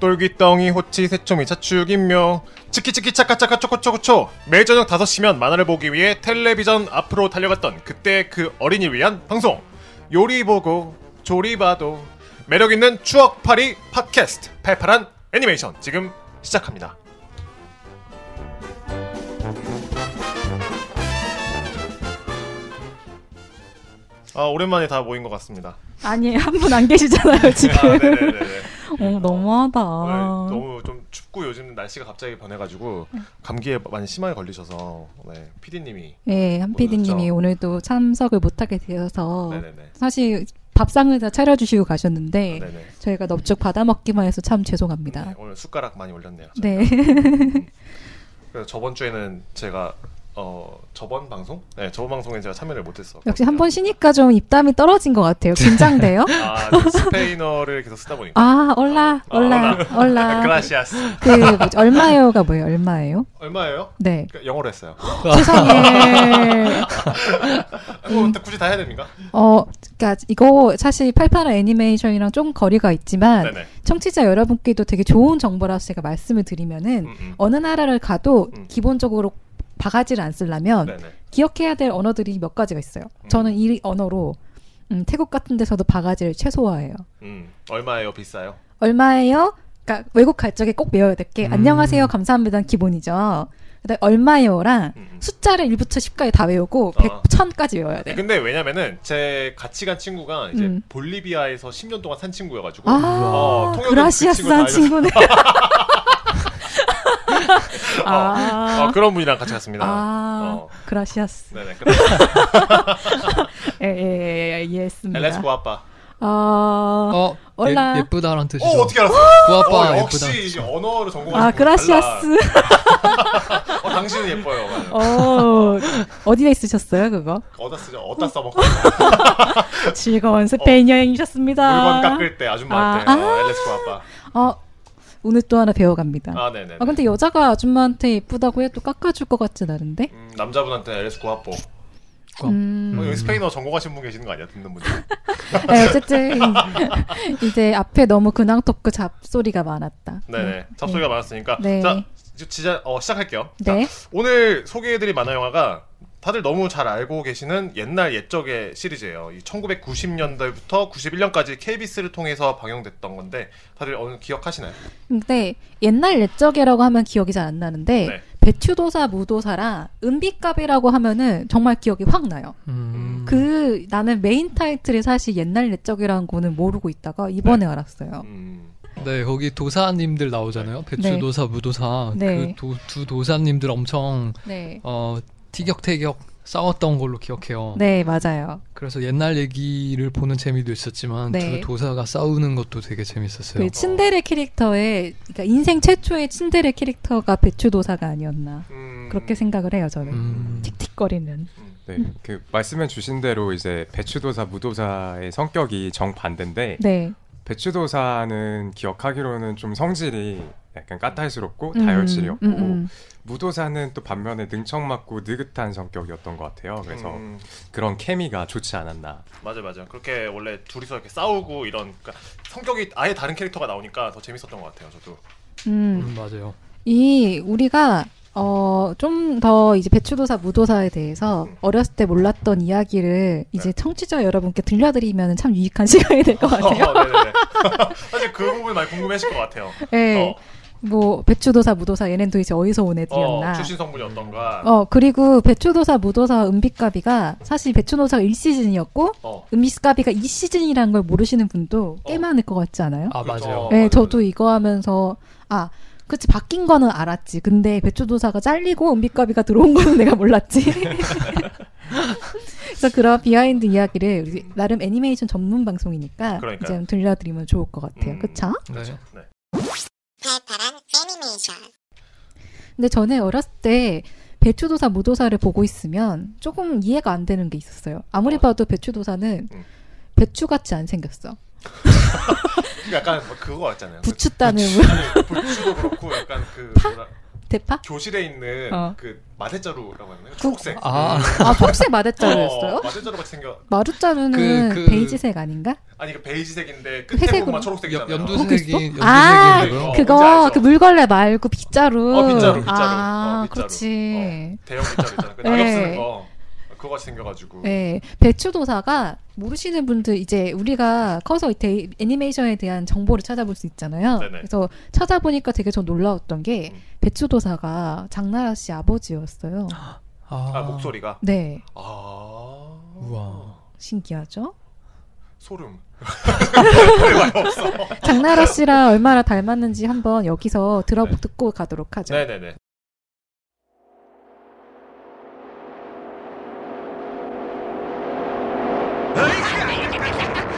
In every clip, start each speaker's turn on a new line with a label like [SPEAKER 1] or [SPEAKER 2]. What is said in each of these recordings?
[SPEAKER 1] 똘기덩이 호치 새초미 차축인묘 치키치키 차카차카 초코초코초 매일 저녁 5시면 만화를 보기 위해 텔레비전 앞으로 달려갔던 그때 그 어린이를 위한 방송 요리 보고 조리 봐도 매력있는 추억팔이 팟캐스트 팔팔한 애니메이션 지금 시작합니다 아 오랜만에 다 모인 것 같습니다
[SPEAKER 2] 아니 한 분 안 계시잖아요 지금.
[SPEAKER 1] 아 네네네
[SPEAKER 2] 어 너무하다.
[SPEAKER 1] 오늘
[SPEAKER 2] 아.
[SPEAKER 1] 네, 너무 좀 춥고 요즘 날씨가 갑자기 변해가지고 감기에 많이 심하게 걸리셔서 네, PD님이
[SPEAKER 2] 네, 한 PD님이 오늘도 참석을 못하게 되어서
[SPEAKER 1] 네네네 아,
[SPEAKER 2] 사실 밥상을 다 차려주시고 가셨는데
[SPEAKER 1] 네네
[SPEAKER 2] 저희가 넙죽 받아 먹기만 해서 참 죄송합니다.
[SPEAKER 1] 네, 오늘 숟가락 많이 올렸네요.
[SPEAKER 2] 네,
[SPEAKER 1] 그래서 저번 주에는 제가 어 저번 방송 네 저번 방송에 제가 참여를 못했어.
[SPEAKER 2] 역시 한 번 쉬니까 좀 입담이 떨어진 것 같아요.
[SPEAKER 1] 네.
[SPEAKER 2] 긴장돼요?
[SPEAKER 1] 아 그 스페인어를 계속 쓰다 보니까.
[SPEAKER 2] 아 올라 올라 올라
[SPEAKER 1] 아, 그라시아스
[SPEAKER 2] 그 뭐지, 얼마예요가 뭐예요? 얼마예요?
[SPEAKER 1] 얼마예요?
[SPEAKER 2] 네
[SPEAKER 1] 그러니까 영어로 했어요.
[SPEAKER 2] 세상에
[SPEAKER 1] 아, 그거 어때, 굳이 다 해야 됩니까?
[SPEAKER 2] 어 그러니까 이거 사실 팔팔한 애니메이션이랑 좀 거리가 있지만
[SPEAKER 1] 네네.
[SPEAKER 2] 청취자 여러분께도 되게 좋은 정보라서 제가 말씀을 드리면은
[SPEAKER 1] 음, 음.
[SPEAKER 2] 어느 나라를 가도
[SPEAKER 1] 음.
[SPEAKER 2] 기본적으로 바가지를 안 쓰려면
[SPEAKER 1] 네네.
[SPEAKER 2] 기억해야 될 언어들이 몇 가지가 있어요.
[SPEAKER 1] 음.
[SPEAKER 2] 저는 이 언어로 음, 태국 같은 데서도 바가지를 최소화해요.
[SPEAKER 1] 음 얼마예요? 비싸요?
[SPEAKER 2] 얼마예요? 그러니까 외국 갈 적에 꼭 외워야 될 게
[SPEAKER 3] 음.
[SPEAKER 2] 안녕하세요, 감사합니다는 기본이죠. 그다음 얼마예요랑
[SPEAKER 1] 음, 음.
[SPEAKER 2] 숫자를 1부터 10까지 다 외우고 100,
[SPEAKER 1] 어.
[SPEAKER 2] 1000까지 외워야 돼요.
[SPEAKER 1] 근데 왜냐면은 제 같이 간 친구가 이제
[SPEAKER 2] 네. 음.
[SPEAKER 1] 볼리비아에서 10년 동안 산 친구여가지고
[SPEAKER 2] 아,
[SPEAKER 1] 어, 통역은 그
[SPEAKER 2] 그라시아스
[SPEAKER 1] 친구가
[SPEAKER 2] 한
[SPEAKER 1] 알려줘.
[SPEAKER 2] 친구네.
[SPEAKER 1] 어, 어, 그런 분이랑 같이 갔습니다.
[SPEAKER 2] 아,
[SPEAKER 1] 어.
[SPEAKER 2] 그라시아스.
[SPEAKER 1] 네네. 그래.
[SPEAKER 2] 예, 예, 예, 예, 이해했습니다.
[SPEAKER 1] 엘레스코 아빠.
[SPEAKER 2] 어,
[SPEAKER 3] 어,
[SPEAKER 2] 올라.
[SPEAKER 3] 예, 예쁘다란 뜻이죠.
[SPEAKER 1] 어 어떻게 알았어?
[SPEAKER 3] 구아빠
[SPEAKER 1] 어,
[SPEAKER 3] 예쁘다.
[SPEAKER 1] 역시 이제 언어를 전공하신
[SPEAKER 2] 아,
[SPEAKER 1] 분은
[SPEAKER 2] 그라시아스.
[SPEAKER 1] 달라. 어, 당신은 예뻐요. 맞아요.
[SPEAKER 2] 어, 어디에 있으셨어요, 그거?
[SPEAKER 1] 어디다 쓰죠? 어디다 써먹고
[SPEAKER 2] 즐거운 스페인 여행이셨습니다.
[SPEAKER 1] 어, 물건 깎을 때 아줌마한테
[SPEAKER 2] 아,
[SPEAKER 1] 어, 엘레스코 아빠.
[SPEAKER 2] 어, 오늘 또 하나 배워갑니다. 아,
[SPEAKER 1] 아 네네.
[SPEAKER 2] 근데 여자가 아줌마한테 예쁘다고 해도 깎아줄 것 같진 않은데?
[SPEAKER 1] 음, 남자분한테 엘레스코 아빠. 어,
[SPEAKER 2] 음,
[SPEAKER 1] 여기 스페인어 전공하신 분 계시는 거 아니야? 듣는 분들.
[SPEAKER 2] 네, 어쨌든 이제 앞에 너무 근황 토크 잡소리가 많았다. 음,
[SPEAKER 1] 네네. 잡소리가 많았으니까.
[SPEAKER 2] 네.
[SPEAKER 1] 자, 이제 진짜 어, 시작할게요. 자,
[SPEAKER 2] 네.
[SPEAKER 1] 오늘 소개해드릴 만화 영화가 다들 너무 잘 알고 계시는 옛날 옛적의 시리즈예요. 이 1990년대부터 91년까지 KBS를 통해서 방영됐던 건데 다들 어느 기억하시나요?
[SPEAKER 2] 근데 옛날 옛적이라고 하면 기억이 잘 안 나는데
[SPEAKER 1] 네.
[SPEAKER 2] 배추도사 무도사랑 은비값이라고 하면은 정말 기억이 확 나요.
[SPEAKER 3] 음.
[SPEAKER 2] 그 나는 메인 타이틀이 사실 옛날 옛적이라는 거는 모르고 있다가 이번에 알았어요.
[SPEAKER 1] 음,
[SPEAKER 3] 네, 거기 도사님들 나오잖아요.
[SPEAKER 2] 네.
[SPEAKER 3] 배추도사, 무도사.
[SPEAKER 2] 네.
[SPEAKER 3] 그두 도사님들 엄청
[SPEAKER 2] 네.
[SPEAKER 3] 어, 티격태격 싸웠던 걸로 기억해요.
[SPEAKER 2] 네, 맞아요.
[SPEAKER 3] 그래서 옛날 얘기를 보는 재미도 있었지만
[SPEAKER 2] 네.
[SPEAKER 3] 두 도사가 싸우는 것도 되게 재밌었어요.
[SPEAKER 2] 그 츤데레 캐릭터의 그러니까 인생 최초의 츤데레 캐릭터가 배추도사가 아니었나
[SPEAKER 1] 음,
[SPEAKER 2] 그렇게 생각을 해요 저는.
[SPEAKER 3] 음.
[SPEAKER 2] 틱틱거리는.
[SPEAKER 4] 네, 그 말씀해 주신 대로 이제 배추도사 무도사의 성격이 정반대인데
[SPEAKER 2] 네.
[SPEAKER 4] 배추도사는 기억하기로는 좀 성질이 약간 까탈스럽고
[SPEAKER 2] 음,
[SPEAKER 4] 어, 다혈질이었고
[SPEAKER 2] 음, 음.
[SPEAKER 4] 무도사는 또 반면에 능청맞고 느긋한 성격이었던 것 같아요. 그래서
[SPEAKER 1] 음,
[SPEAKER 4] 그런 케미가 좋지 않았나.
[SPEAKER 1] 맞아 맞아. 그렇게 원래 둘이서 이렇게 싸우고 이런 그러니까 성격이 아예 다른 캐릭터가 나오니까 더 재밌었던 것 같아요. 저도.
[SPEAKER 2] 음.
[SPEAKER 3] 음, 맞아요.
[SPEAKER 2] 이 우리가 어 좀 더 이제 배추도사 무도사에 대해서
[SPEAKER 1] 음.
[SPEAKER 2] 어렸을 때 몰랐던 이야기를
[SPEAKER 1] 네.
[SPEAKER 2] 이제 청취자 여러분께 들려드리면 참 유익한 시간이 될 것 같아요.
[SPEAKER 1] 어, 네네네. 사실 그 부분 많이 궁금해하실 것 같아요.
[SPEAKER 2] 네.
[SPEAKER 1] 어,
[SPEAKER 2] 뭐 배추도사 무도사 얘넨 도대체 어디서 온 애들이었나.
[SPEAKER 1] 어, 출신 성분이 어떤가.
[SPEAKER 2] 어, 그리고 배추도사 무도사 은비까비가 사실 배추도사가 1시즌이었고
[SPEAKER 1] 어.
[SPEAKER 2] 은비까비가 2시즌이라는 걸 모르시는 분도 꽤
[SPEAKER 1] 어.
[SPEAKER 2] 많을 것 같지 않아요?
[SPEAKER 3] 아,
[SPEAKER 1] 그렇죠.
[SPEAKER 3] 맞아요.
[SPEAKER 1] 맞아요,
[SPEAKER 2] 네,
[SPEAKER 1] 맞아요.
[SPEAKER 2] 저도 이거 하면서 아 그치 바뀐 거는 알았지. 근데 배추도사가 잘리고 은비가비가 들어온 거는 내가 몰랐지. 그래서 그런 비하인드 이야기를 우리 나름 애니메이션 전문 방송이니까
[SPEAKER 1] 그러니까요.
[SPEAKER 2] 이제 들려드리면 좋을 것 같아요.
[SPEAKER 1] 음.
[SPEAKER 2] 그쵸?
[SPEAKER 3] 네.
[SPEAKER 1] 네.
[SPEAKER 5] 팔팔한 애니메이션
[SPEAKER 2] 근데 저는 어렸을 때 배추도사 무도사를 보고 있으면 조금 이해가 안 되는 게 있었어요. 아무리 봐도 배추도사는
[SPEAKER 1] 음. 아,
[SPEAKER 2] 배추같이 안 생겼어.
[SPEAKER 1] 약간 뭐 그거 같잖아요.
[SPEAKER 2] 부추 따는
[SPEAKER 1] 아니, 부추도 그렇고 약간 그 뭐라
[SPEAKER 2] 대파?
[SPEAKER 1] 교실에 있는
[SPEAKER 2] 어.
[SPEAKER 1] 그 마대자루라고 하나요? 초록색.
[SPEAKER 3] 아,
[SPEAKER 2] 아 초록색
[SPEAKER 1] 어,
[SPEAKER 2] 마대자루였어요?
[SPEAKER 1] 마대자루 같이 생겨.
[SPEAKER 2] 마루자루는
[SPEAKER 3] 그- 그-
[SPEAKER 2] 베이지색 아닌가?
[SPEAKER 1] 아니 그 베이지색인데 끝에
[SPEAKER 2] 회색으로?
[SPEAKER 1] 부분만 초록색이잖아요.
[SPEAKER 3] 염-
[SPEAKER 2] 거기 있어?
[SPEAKER 3] 염두색이 염두색이
[SPEAKER 2] 아,
[SPEAKER 1] 어, 뭔지
[SPEAKER 2] 그거
[SPEAKER 1] 알죠?
[SPEAKER 2] 그 물걸레 말고 빗자루.
[SPEAKER 1] 어 빗자루 빗자루.
[SPEAKER 2] 아
[SPEAKER 1] 어, 빗자루.
[SPEAKER 2] 그렇지.
[SPEAKER 1] 어, 대형 빗자루 있잖아. 그
[SPEAKER 2] 네.
[SPEAKER 1] 낙엽 쓰는 거. 그거 같이 생겨가지고.
[SPEAKER 2] 네, 배추도사가 모르시는 분들 이제 우리가 커서 이 데이- 애니메이션에 대한 정보를 찾아볼 수 있잖아요.
[SPEAKER 1] 네네.
[SPEAKER 2] 그래서 찾아보니까 되게 좀 놀라웠던 게
[SPEAKER 1] 음.
[SPEAKER 2] 배추도사가 장나라 씨 아버지였어요.
[SPEAKER 1] 아 목소리가.
[SPEAKER 2] 네,
[SPEAKER 1] 아.
[SPEAKER 3] 우와.
[SPEAKER 2] 신기하죠?
[SPEAKER 1] 소름.
[SPEAKER 2] 장나라 씨랑 얼마나 닮았는지 한번 여기서 들어 듣고 가도록 하죠.
[SPEAKER 1] 네. 네네네.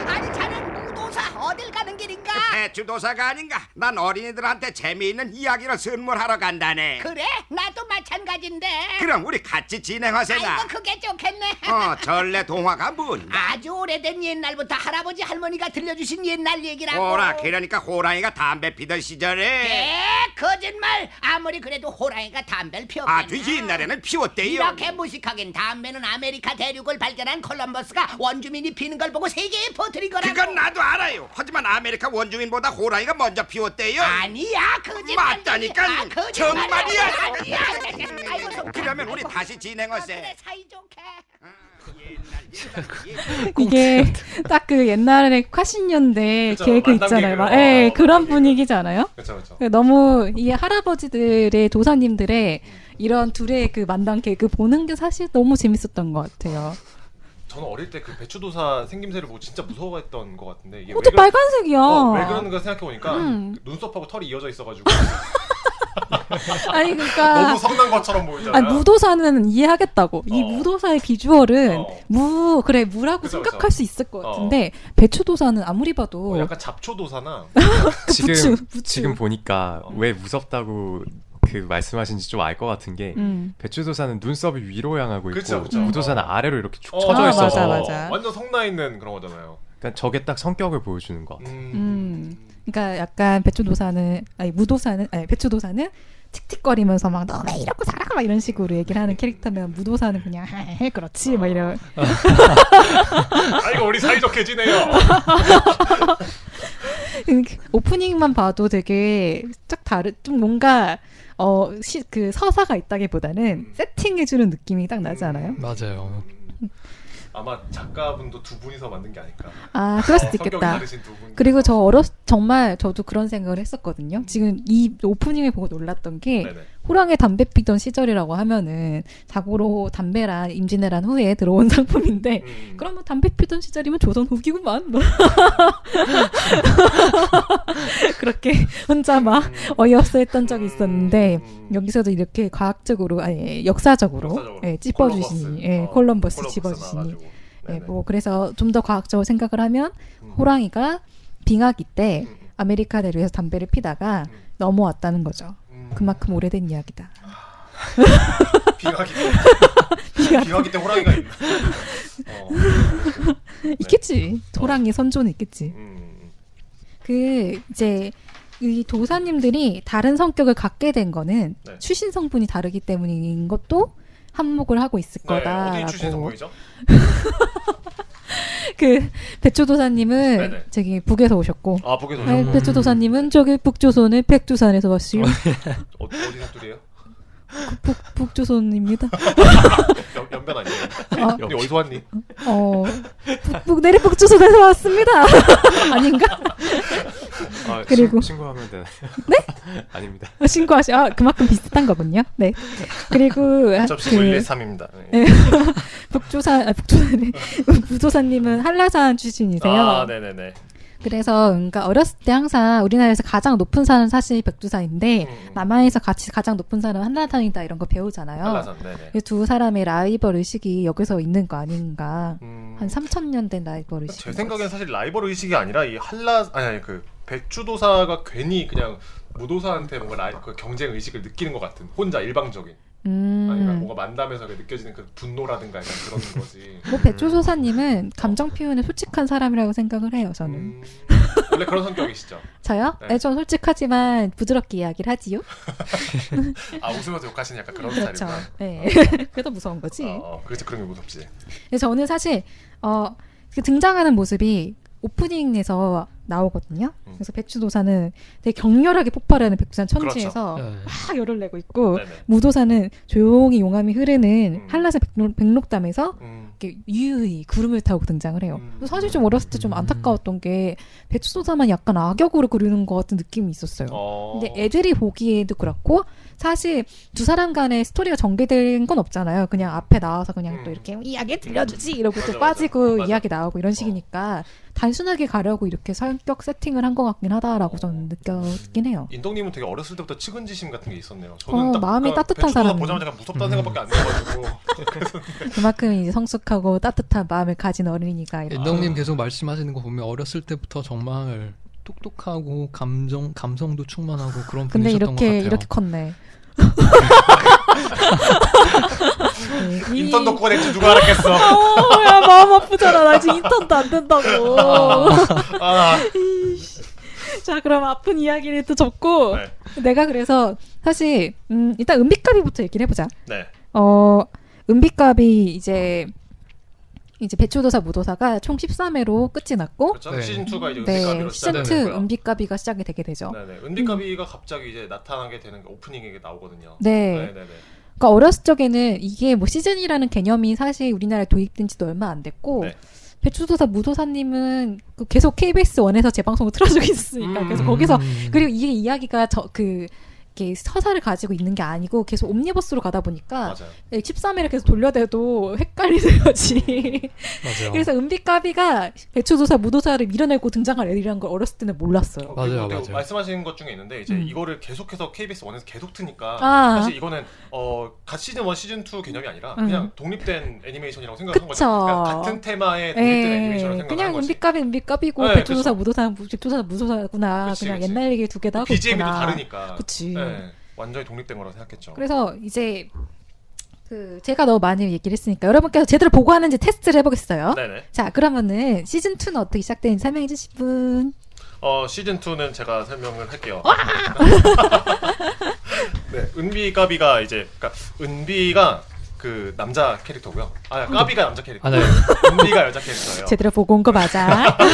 [SPEAKER 6] 아니 자넨 무도사 어딜 가는 길인가?
[SPEAKER 7] 배추도사가 아닌가? 난 어린이들한테 재미있는 이야기를 선물하러 간다네.
[SPEAKER 6] 그래? 나도 마찬가지인데.
[SPEAKER 7] 럼 우리 같이 진행하세나.
[SPEAKER 6] 아이고 그게 좋겠네.
[SPEAKER 7] 어, 전래 동화가 뭔가?
[SPEAKER 6] 아주 오래된 옛날부터 할아버지 할머니가 들려주신 옛날 얘기라고. 네,
[SPEAKER 7] 호라 그러니까 호랑이가 담배 피던 시절에
[SPEAKER 6] 에 거짓말. 아무리 그래도 호랑이가 담배를 피웠겠나.
[SPEAKER 7] 아주 옛날에는 피웠대요.
[SPEAKER 6] 이렇게 무식하긴 담배는 아메리카 대륙을 발견한 콜럼버스가 원주민이 피는 걸 보고 세계에 퍼뜨린 거라고.
[SPEAKER 7] 그건 나도 알아요. 하지만 아메리카 원주민보다 호랑이가 먼저 피웠대요.
[SPEAKER 6] 아니야 거짓말.
[SPEAKER 7] 맞다니까.
[SPEAKER 6] 아, 거짓말.
[SPEAKER 7] 정말이야.
[SPEAKER 6] 아니야. 아이고, 속-
[SPEAKER 7] 그러면 우리 다시
[SPEAKER 6] 그래
[SPEAKER 7] 진행하세.
[SPEAKER 6] 사이좋게. 아,
[SPEAKER 2] 이게 딱 그 옛날에 80년대
[SPEAKER 1] 그쵸,
[SPEAKER 2] 개그
[SPEAKER 1] 만담
[SPEAKER 2] 있잖아요.
[SPEAKER 1] 개그.
[SPEAKER 2] 막, 예,
[SPEAKER 1] 어,
[SPEAKER 2] 그런
[SPEAKER 1] 만담 개그.
[SPEAKER 2] 분위기잖아요.
[SPEAKER 1] 그렇죠 그렇죠.
[SPEAKER 2] 네, 너무 이 할아버지들의 도사님들의 이런 둘의 그 만담 개그 보는 게 사실 너무 재밌었던 것 같아요.
[SPEAKER 1] 저는 어릴 때 그 배추도사 생김새를 보고 진짜 무서워했던 것 같은데 이게 왜
[SPEAKER 2] 어째
[SPEAKER 1] 그런-
[SPEAKER 2] 빨간색이야.
[SPEAKER 1] 어, 왜 그러는가 생각해보니까
[SPEAKER 2] 음.
[SPEAKER 1] 눈썹하고 털이 이어져 있어가지고
[SPEAKER 2] 아니
[SPEAKER 1] 너무
[SPEAKER 2] 그러니까
[SPEAKER 1] 성난 것처럼 보이잖아.
[SPEAKER 2] 아니, 무도사는 이해하겠다고. 이
[SPEAKER 1] 어.
[SPEAKER 2] 무도사의 비주얼은
[SPEAKER 1] 어.
[SPEAKER 2] 무 그래 무라고
[SPEAKER 1] 그죠, 그죠.
[SPEAKER 2] 생각할 수 있을 것 같은데 배추도사는 아무리 봐도
[SPEAKER 1] 어, 약간 잡초도사나
[SPEAKER 4] 지금
[SPEAKER 2] 그 부츠, 부츠.
[SPEAKER 4] 지금 보니까 왜 무섭다고 그 말씀하신지 좀 알 것 같은 게
[SPEAKER 2] 음.
[SPEAKER 4] 배추도사는 눈썹이 위로 향하고 있고
[SPEAKER 1] 그쵸, 그쵸.
[SPEAKER 4] 무도사는 아래로 이렇게 축
[SPEAKER 1] 어,
[SPEAKER 4] 처져
[SPEAKER 2] 아, 맞아,
[SPEAKER 4] 있어서
[SPEAKER 2] 맞아.
[SPEAKER 1] 완전 성나 있는 그런 거잖아요.
[SPEAKER 4] 그러니까 저게 딱 성격을 보여주는 것 같아요.
[SPEAKER 2] 음. 그러니까 약간 배추도사는 아니 무도사는 아니 배추도사는 틱틱거리면서 막 너 왜 이러고 살아가 막 이런 식으로 얘기를 하는 캐릭터면 무도사는 그냥 헤헤 그렇지 막 이런
[SPEAKER 1] 아 이거 우리 사이좋게 지내요.
[SPEAKER 2] 그러니까 오프닝만 봐도 되게 쫙 다르 좀 뭔가 어 그 서사가 있다기보다는
[SPEAKER 1] 음.
[SPEAKER 2] 세팅해주는 느낌이 딱 나지 않아요?
[SPEAKER 3] 맞아요.
[SPEAKER 1] 아마 작가분도 두 분이서 만든 게 아닐까.
[SPEAKER 2] 아 그럴 수도
[SPEAKER 1] 성격이
[SPEAKER 2] 있겠다.
[SPEAKER 1] 다르신 두 분.
[SPEAKER 2] 그리고 저 어렸 정말 저도 그런 생각을 했었거든요. 지금 이 오프닝을 보고 놀랐던 게
[SPEAKER 1] 네네.
[SPEAKER 2] 호랑이 담배 피던 시절이라고 하면은 자고로 담배란 임진왜란 후에 들어온 상품인데
[SPEAKER 1] 음.
[SPEAKER 2] 그러면 담배 피던 시절이면 조선 후기구만 뭐. 그렇게 혼자 막 어이없어 했던 적이 있었는데
[SPEAKER 1] 음.
[SPEAKER 2] 여기서도 이렇게 과학적으로 아니 예, 역사적으로,
[SPEAKER 1] 역사적으로.
[SPEAKER 2] 예, 짚어주시니
[SPEAKER 1] 콜럼버스.
[SPEAKER 2] 예,
[SPEAKER 1] 어,
[SPEAKER 2] 콜럼버스,
[SPEAKER 1] 콜럼버스
[SPEAKER 2] 짚어주시니
[SPEAKER 1] 나와가지고.
[SPEAKER 2] 예,
[SPEAKER 1] 네네.
[SPEAKER 2] 뭐 그래서 좀 더 과학적으로 생각을 하면
[SPEAKER 1] 음.
[SPEAKER 2] 호랑이가 빙하기 때
[SPEAKER 1] 음.
[SPEAKER 2] 아메리카 대륙에서 담배를 피다가
[SPEAKER 1] 음.
[SPEAKER 2] 넘어왔다는 거죠.
[SPEAKER 1] 음.
[SPEAKER 2] 그만큼 오래된 이야기다.
[SPEAKER 1] 비가기 비가기 때 호랑이가 있나? 어.
[SPEAKER 2] 네.
[SPEAKER 1] 네.
[SPEAKER 2] 있겠지. 호랑이 선조는 있겠지.
[SPEAKER 1] 음.
[SPEAKER 2] 그 이제 이 도사님들이 다른 성격을 갖게 된 거는
[SPEAKER 1] 네.
[SPEAKER 2] 출신 성분이 다르기 때문인 것도 한몫을 하고 있을
[SPEAKER 1] 네, 어디 출신
[SPEAKER 2] 거다라고.
[SPEAKER 1] 선보이죠?
[SPEAKER 2] 그 배추 도사님은
[SPEAKER 1] 네네.
[SPEAKER 2] 저기 북에서 오셨고
[SPEAKER 1] 아 보게
[SPEAKER 2] 아,
[SPEAKER 1] 되죠.
[SPEAKER 2] 배추 도사님은 저기 북조선의 백두산에서 왔어요.
[SPEAKER 1] 어디 사투리예요?
[SPEAKER 2] 북 북조선입니다.
[SPEAKER 1] 연- 연변 아니에요?
[SPEAKER 2] 어.
[SPEAKER 1] 근데 어디서 왔니?
[SPEAKER 2] 어 북북 내리 북조선에서 왔습니다. 아닌가?
[SPEAKER 4] 아,
[SPEAKER 2] 그리고-
[SPEAKER 4] 신- 신고하면 되나요? 네? 아닙니다.
[SPEAKER 2] 신고하시. 아 그만큼 비슷한 거군요. 네. 그리고 아,
[SPEAKER 1] 접시
[SPEAKER 2] 그-
[SPEAKER 1] 113입니다. 네.
[SPEAKER 2] 북조사 아, 북조사네 부조사님은 한라산 출신이세요.
[SPEAKER 1] 아 네네네.
[SPEAKER 2] 그래서 그러니까 어렸을 때 항상 우리나라에서 가장 높은 산은 사실 백두산인데
[SPEAKER 1] 음.
[SPEAKER 2] 남한에서 같이 가장 높은 산은 한라산이다 이런 거 배우잖아요.
[SPEAKER 1] 한라산 네네.
[SPEAKER 2] 이두그 사람의 라이벌 의식이 여기서 있는 거 아닌가.
[SPEAKER 1] 음,
[SPEAKER 2] 한 3,000년 된 라이벌 의식.
[SPEAKER 1] 제 생각엔 사실 라이벌 의식이 아니라 이 한라 아니, 아니 그 백주도사가 괜히 그냥 무도사한테 뭔가 라이, 그 경쟁 의식을 느끼는 것 같은 혼자 일방적인 아니면
[SPEAKER 2] 음.
[SPEAKER 1] 뭔가 만담에서 그 느껴지는 그 분노라든가 약간 그런 거지.
[SPEAKER 2] 뭐 백조소사님은 감정 표현에 솔직한 사람이라고 생각을 해요. 저는.
[SPEAKER 1] 음, 원래 그런 성격이시죠?
[SPEAKER 2] 저요?
[SPEAKER 1] 네.
[SPEAKER 2] 네. 전 솔직하지만 부드럽게 이야기를 하지요.
[SPEAKER 1] 아 웃으면서 욕하시는 약간 그런
[SPEAKER 2] 그렇죠.
[SPEAKER 1] 스타일이구나.
[SPEAKER 2] 네. 그래도 무서운 거지.
[SPEAKER 1] 아. 어, 어, 그렇죠. 그런 게 무섭지.
[SPEAKER 2] 근데 저는 사실 어, 그 등장하는 모습이 오프닝에서 나오거든요.
[SPEAKER 1] 음.
[SPEAKER 2] 그래서 배추도사는 되게 격렬하게 폭발하는 백두산 천지에서
[SPEAKER 3] 네.
[SPEAKER 2] 막 열을 내고 있고
[SPEAKER 1] 그렇죠. 네네.
[SPEAKER 2] 무도사는 조용히 용암이 흐르는
[SPEAKER 1] 음.
[SPEAKER 2] 한라산 백록, 백록담에서
[SPEAKER 1] 음,
[SPEAKER 2] 이렇게 유유히 구름을 타고 등장을 해요.
[SPEAKER 1] 음.
[SPEAKER 2] 그래서 사실 좀 어렸을 때 좀
[SPEAKER 3] 음.
[SPEAKER 2] 안타까웠던 게 배추도사만 약간 악역으로 그리는 것 같은 느낌이 있었어요.
[SPEAKER 1] 어.
[SPEAKER 2] 근데 애들이 보기에도 그렇고 사실 두 사람 간의 스토리가 전개된 건 없잖아요. 그냥 앞에 나와서 그냥
[SPEAKER 1] 음.
[SPEAKER 2] 또 이렇게 이야기 들려주지 이러고
[SPEAKER 1] 맞아,
[SPEAKER 2] 또
[SPEAKER 1] 맞아.
[SPEAKER 2] 빠지고
[SPEAKER 1] 맞아.
[SPEAKER 2] 이야기 나오고 이런 식이니까 단순하게 가려고 이렇게 성격 세팅을 한 것 같긴 하다라고 저는 느꼈긴 해요.
[SPEAKER 1] 인덕님은 되게 어렸을 때부터 측은지심 같은 게 있었네요. 저는
[SPEAKER 2] 어,
[SPEAKER 1] 딱
[SPEAKER 2] 마음이
[SPEAKER 1] 그러니까
[SPEAKER 2] 따뜻한
[SPEAKER 1] 배추도사
[SPEAKER 2] 사람이네.
[SPEAKER 1] 보자마자 약간
[SPEAKER 3] 음.
[SPEAKER 1] 무섭다는 생각밖에 안 들어가지고. 그
[SPEAKER 2] 그만큼 이제 성숙하고 따뜻한 마음을 가진 어린이가 이렇게
[SPEAKER 3] 엔덕님 예, 계속 말씀하시는 거 보면 어렸을 때부터 정말 똑똑하고 감정 감성도 충만하고 그런
[SPEAKER 2] 근데
[SPEAKER 3] 분이셨던 것
[SPEAKER 2] 이렇게
[SPEAKER 3] 같아요.
[SPEAKER 2] 이렇게 컸네. 네, 이-
[SPEAKER 1] 그 인턴 덕후가 될지 누가 알았겠어.
[SPEAKER 2] 어, 야 마음 아프잖아. 나 지금 인턴도 안 된다고.
[SPEAKER 1] 아,
[SPEAKER 2] 자, 그럼 아픈 이야기를 또 접고
[SPEAKER 1] 네.
[SPEAKER 2] 내가 그래서 사실 음, 일단 은비가비부터 얘기를 해보자.
[SPEAKER 1] 네.
[SPEAKER 2] 어, 은비가비 이제 이제 배추도사 무도사가 총 13회로 끝이 났고
[SPEAKER 1] 그렇죠.
[SPEAKER 3] 네.
[SPEAKER 1] 시즌 2가 이제
[SPEAKER 2] 네,
[SPEAKER 1] 은비가비로
[SPEAKER 2] 시즌 2
[SPEAKER 1] 시작되는 거고요.
[SPEAKER 2] 은비가비가 시작이 되게 되죠.
[SPEAKER 1] 네, 네. 은비가비가 갑자기 이제 나타나게 되는 게 오프닝에 나오거든요.
[SPEAKER 2] 네.
[SPEAKER 1] 네, 네.
[SPEAKER 2] 그러니까 어렸을 적에는 이게 뭐 시즌이라는 개념이 사실 우리나라에 도입된 지도 얼마 안 됐고
[SPEAKER 1] 네.
[SPEAKER 2] 배추도사 무도사님은 그 계속 KBS 원에서 재방송을 틀어주고 있으니까 그래서
[SPEAKER 1] 음.
[SPEAKER 2] 거기서
[SPEAKER 3] 음.
[SPEAKER 2] 그리고 이게 이야기가 저 그 이렇게 서사를 가지고 있는 게 아니고 계속 옴니버스로 가다 보니까
[SPEAKER 1] 맞아요.
[SPEAKER 2] 13회를 계속 돌려대도 헷갈리세요지.
[SPEAKER 3] 맞아요.
[SPEAKER 2] 그래서 은비까비가 배추도사 무도사를 밀어내고 등장할 애들이란 걸 어렸을 때는 몰랐어요.
[SPEAKER 1] 그리고
[SPEAKER 3] 맞아요, 맞아요.
[SPEAKER 1] 말씀하신 것 중에 있는데 이제
[SPEAKER 2] 음.
[SPEAKER 1] 이거를 계속해서 KBS 1에서 계속 트니까
[SPEAKER 2] 아.
[SPEAKER 1] 사실 이거는 어갓 시즌 1, 시즌 2 개념이 아니라
[SPEAKER 2] 음.
[SPEAKER 1] 그냥 독립된 애니메이션이라고 생각한
[SPEAKER 2] 그쵸.
[SPEAKER 1] 거죠. 그러니까 같은 테마의 독립된 애니메이션을
[SPEAKER 2] 예,
[SPEAKER 1] 생각한
[SPEAKER 2] 그냥
[SPEAKER 1] 거지.
[SPEAKER 2] 은비까비 은비까비고
[SPEAKER 1] 네,
[SPEAKER 2] 배추도사 무도사는 무- 배추도사 무도사구나.
[SPEAKER 1] 그치,
[SPEAKER 2] 그냥
[SPEAKER 1] 그치.
[SPEAKER 2] 옛날 얘기 두 개 다 하고
[SPEAKER 1] BGM이 또
[SPEAKER 2] 있구나.
[SPEAKER 1] 다르니까.
[SPEAKER 2] 그치.
[SPEAKER 1] 예, 완전히 독립된 거라고 생각했죠.
[SPEAKER 2] 음. 그래서 이제 그 제가 너무 많이 얘기를 했으니까 여러분께서 제대로 보고 하는지 테스트를 해보겠어요.
[SPEAKER 1] 네네.
[SPEAKER 2] 자 그러면은 시즌 2는 어떻게 시작되는지 설명해 주실 분.
[SPEAKER 1] 어 시즌 2는 제가 설명을 할게요. 네, 은비가비가 이제 그러니까 은비가 그 남자 캐릭터고요. 아, 까비가 남자 캐릭터.
[SPEAKER 3] 아, 네.
[SPEAKER 1] 은비가 여자 캐릭터예요.
[SPEAKER 2] 제대로 보고 온 거 맞아.
[SPEAKER 1] 네.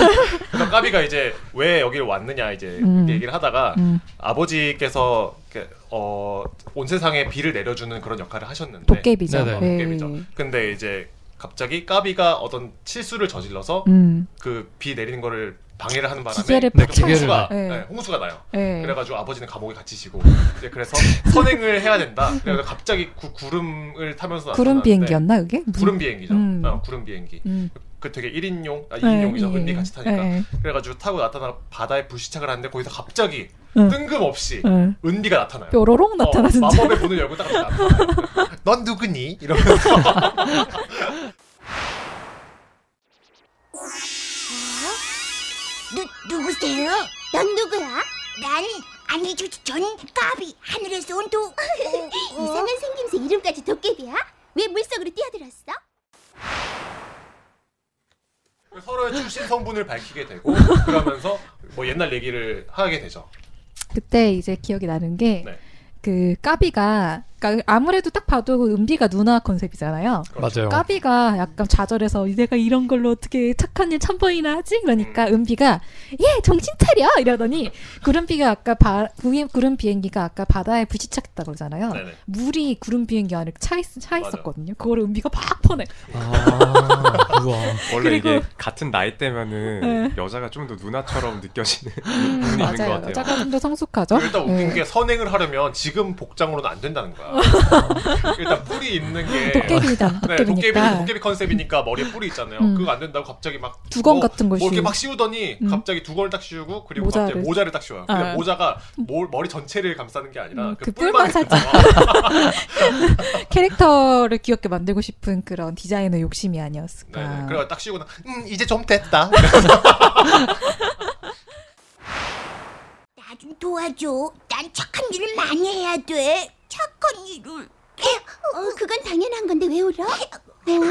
[SPEAKER 1] 그래서 까비가 이제 왜 여길 왔느냐 이제
[SPEAKER 2] 음.
[SPEAKER 1] 얘기를 하다가
[SPEAKER 2] 음.
[SPEAKER 1] 아버지께서 이렇게, 어, 온 세상에 비를 내려주는 그런 역할을 하셨는데
[SPEAKER 2] 도깨비죠.
[SPEAKER 3] 네네.
[SPEAKER 2] 네.
[SPEAKER 1] 도깨비죠. 근데 이제 갑자기 까비가 어떤 실수를 저질러서
[SPEAKER 2] 음.
[SPEAKER 1] 그 비 내리는 거를 방해를 하는 바람에
[SPEAKER 2] 기계를
[SPEAKER 1] 그
[SPEAKER 3] 팍
[SPEAKER 1] 홍수가
[SPEAKER 2] 쳐요. 네.
[SPEAKER 1] 네, 홍수가 나요.
[SPEAKER 2] 네.
[SPEAKER 1] 그래가지고 아버지는 감옥에 갇히시고 이제 그래서 선행을 해야 된다. 그래서 갑자기 구, 구름을 타면서
[SPEAKER 2] 구름
[SPEAKER 1] 나타나는데
[SPEAKER 2] 비행기였나 그게? 무슨-
[SPEAKER 1] 구름 비행기죠.
[SPEAKER 2] 음.
[SPEAKER 1] 어, 구름 비행기.
[SPEAKER 2] 음.
[SPEAKER 1] 그 되게 1인용, 아
[SPEAKER 2] 네,
[SPEAKER 1] 2인용이죠.
[SPEAKER 2] 예,
[SPEAKER 1] 은비 같이
[SPEAKER 2] 예.
[SPEAKER 1] 타니까.
[SPEAKER 2] 예.
[SPEAKER 1] 그래가지고 타고 나타나 바다에 불시착을 하는데 거기서 갑자기
[SPEAKER 2] 응.
[SPEAKER 1] 뜬금없이
[SPEAKER 2] 응.
[SPEAKER 1] 은비가 나타나요.
[SPEAKER 2] 네. 뾰로롱 나타나
[SPEAKER 1] 어,
[SPEAKER 2] 진짜.
[SPEAKER 1] 마법의 문을 열고 딱 나타나. 넌 누구니? 이러면서
[SPEAKER 5] 누, 누구세요? 넌 누구야? 난 아니 저, 전 까비 하늘에서 온 도... 이상한 생김새 이름까지 도깨비야? 왜 물속으로 뛰어들었어?
[SPEAKER 1] 서로의 출신 성분을 밝히게 되고 그러면서 뭐 옛날 얘기를 하게 되죠.
[SPEAKER 2] 그때 이제 기억이 나는 게.
[SPEAKER 1] 네.
[SPEAKER 2] 그 까비가 그러니까 아무래도 딱 봐도 은비가 누나 컨셉이잖아요.
[SPEAKER 3] 맞아요.
[SPEAKER 2] 까비가 약간 좌절해서 내가 이런 걸로 어떻게 착한 일 천번이나 하지? 그러니까 은비가 예 정신 차려 이러더니 구름비가 아까 바 구름, 구름 비행기가 아까 바다에 부딪혔다 그러잖아요.
[SPEAKER 1] 네네.
[SPEAKER 2] 물이 구름 비행기 안에 차, 있, 차
[SPEAKER 1] 맞아.
[SPEAKER 2] 있었거든요. 그거를 은비가 막 퍼내.
[SPEAKER 3] 아, 우와.
[SPEAKER 4] 원래 이게
[SPEAKER 2] 그리고- 네.
[SPEAKER 4] 같은 나이대면은 여자가 좀 더 누나처럼 느껴지는 분이 있는 것
[SPEAKER 2] 음, 맞아요.
[SPEAKER 4] 같아요.
[SPEAKER 2] 여자가 좀 더 성숙하죠.
[SPEAKER 1] 그리고 일단 웃긴
[SPEAKER 2] 네.
[SPEAKER 1] 게 선행을 하려면 지금 복장으로는 안 된다는 거야. 일단 뿔이 있는 게
[SPEAKER 2] 도깨비다.
[SPEAKER 1] 네, 도깨비
[SPEAKER 2] 도깨비니까.
[SPEAKER 1] 도깨비 컨셉이니까 머리에 뿔이 있잖아요.
[SPEAKER 2] 음.
[SPEAKER 1] 그거 안 된다고 갑자기 막
[SPEAKER 2] 두건
[SPEAKER 1] 뭐-
[SPEAKER 2] 같은 걸
[SPEAKER 1] 뭐 이렇게
[SPEAKER 2] 씌우-
[SPEAKER 1] 막 씌우더니
[SPEAKER 2] 음.
[SPEAKER 1] 갑자기 두건을 딱 씌우고 그리고
[SPEAKER 2] 모자를-
[SPEAKER 1] 갑자기 모자를 딱 씌워요. 근데
[SPEAKER 2] 아.
[SPEAKER 1] 모자가 몰- 머리 전체를 감싸는 게 아니라
[SPEAKER 2] 음,
[SPEAKER 1] 그,
[SPEAKER 2] 그
[SPEAKER 1] 뿔만
[SPEAKER 2] 뿔만 살짝.
[SPEAKER 1] 있어요.
[SPEAKER 2] 캐릭터를 귀엽게 만들고 싶은 그런 디자이너 욕심이
[SPEAKER 1] 네, 네.
[SPEAKER 2] 아니었을까.
[SPEAKER 1] 그래서 딱 씌우고 나 음, 이제 좀 됐다.
[SPEAKER 5] 나 좀 도와줘. 난 착한 일을 많이 해야 돼. 착한 일을. 어, 그건 당연한 건데 왜 울어?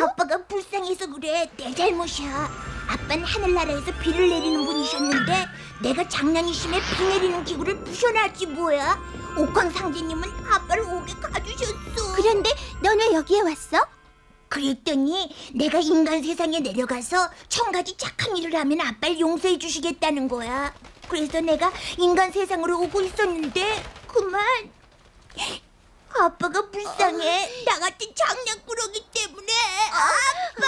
[SPEAKER 5] 아빠가 불쌍해서 그래. 내 잘못이야. 아빠는 하늘나라에서 비를 내리는 분이셨는데 내가 장난이 심해 비 내리는 기구를 부셔놨지 뭐야. 옥황 상제님은 아빠를 옥에 가두셨어. 그런데 넌 왜 여기에 왔어? 그랬더니 내가 인간 세상에 내려가서 천 가지 착한 일을 하면 아빠를 용서해 주시겠다는 거야. 그래서 내가 인간 세상으로 오고 있었는데 그만 아빠가 불쌍해. 나 같은 장난꾸러기 때문에. 아빠.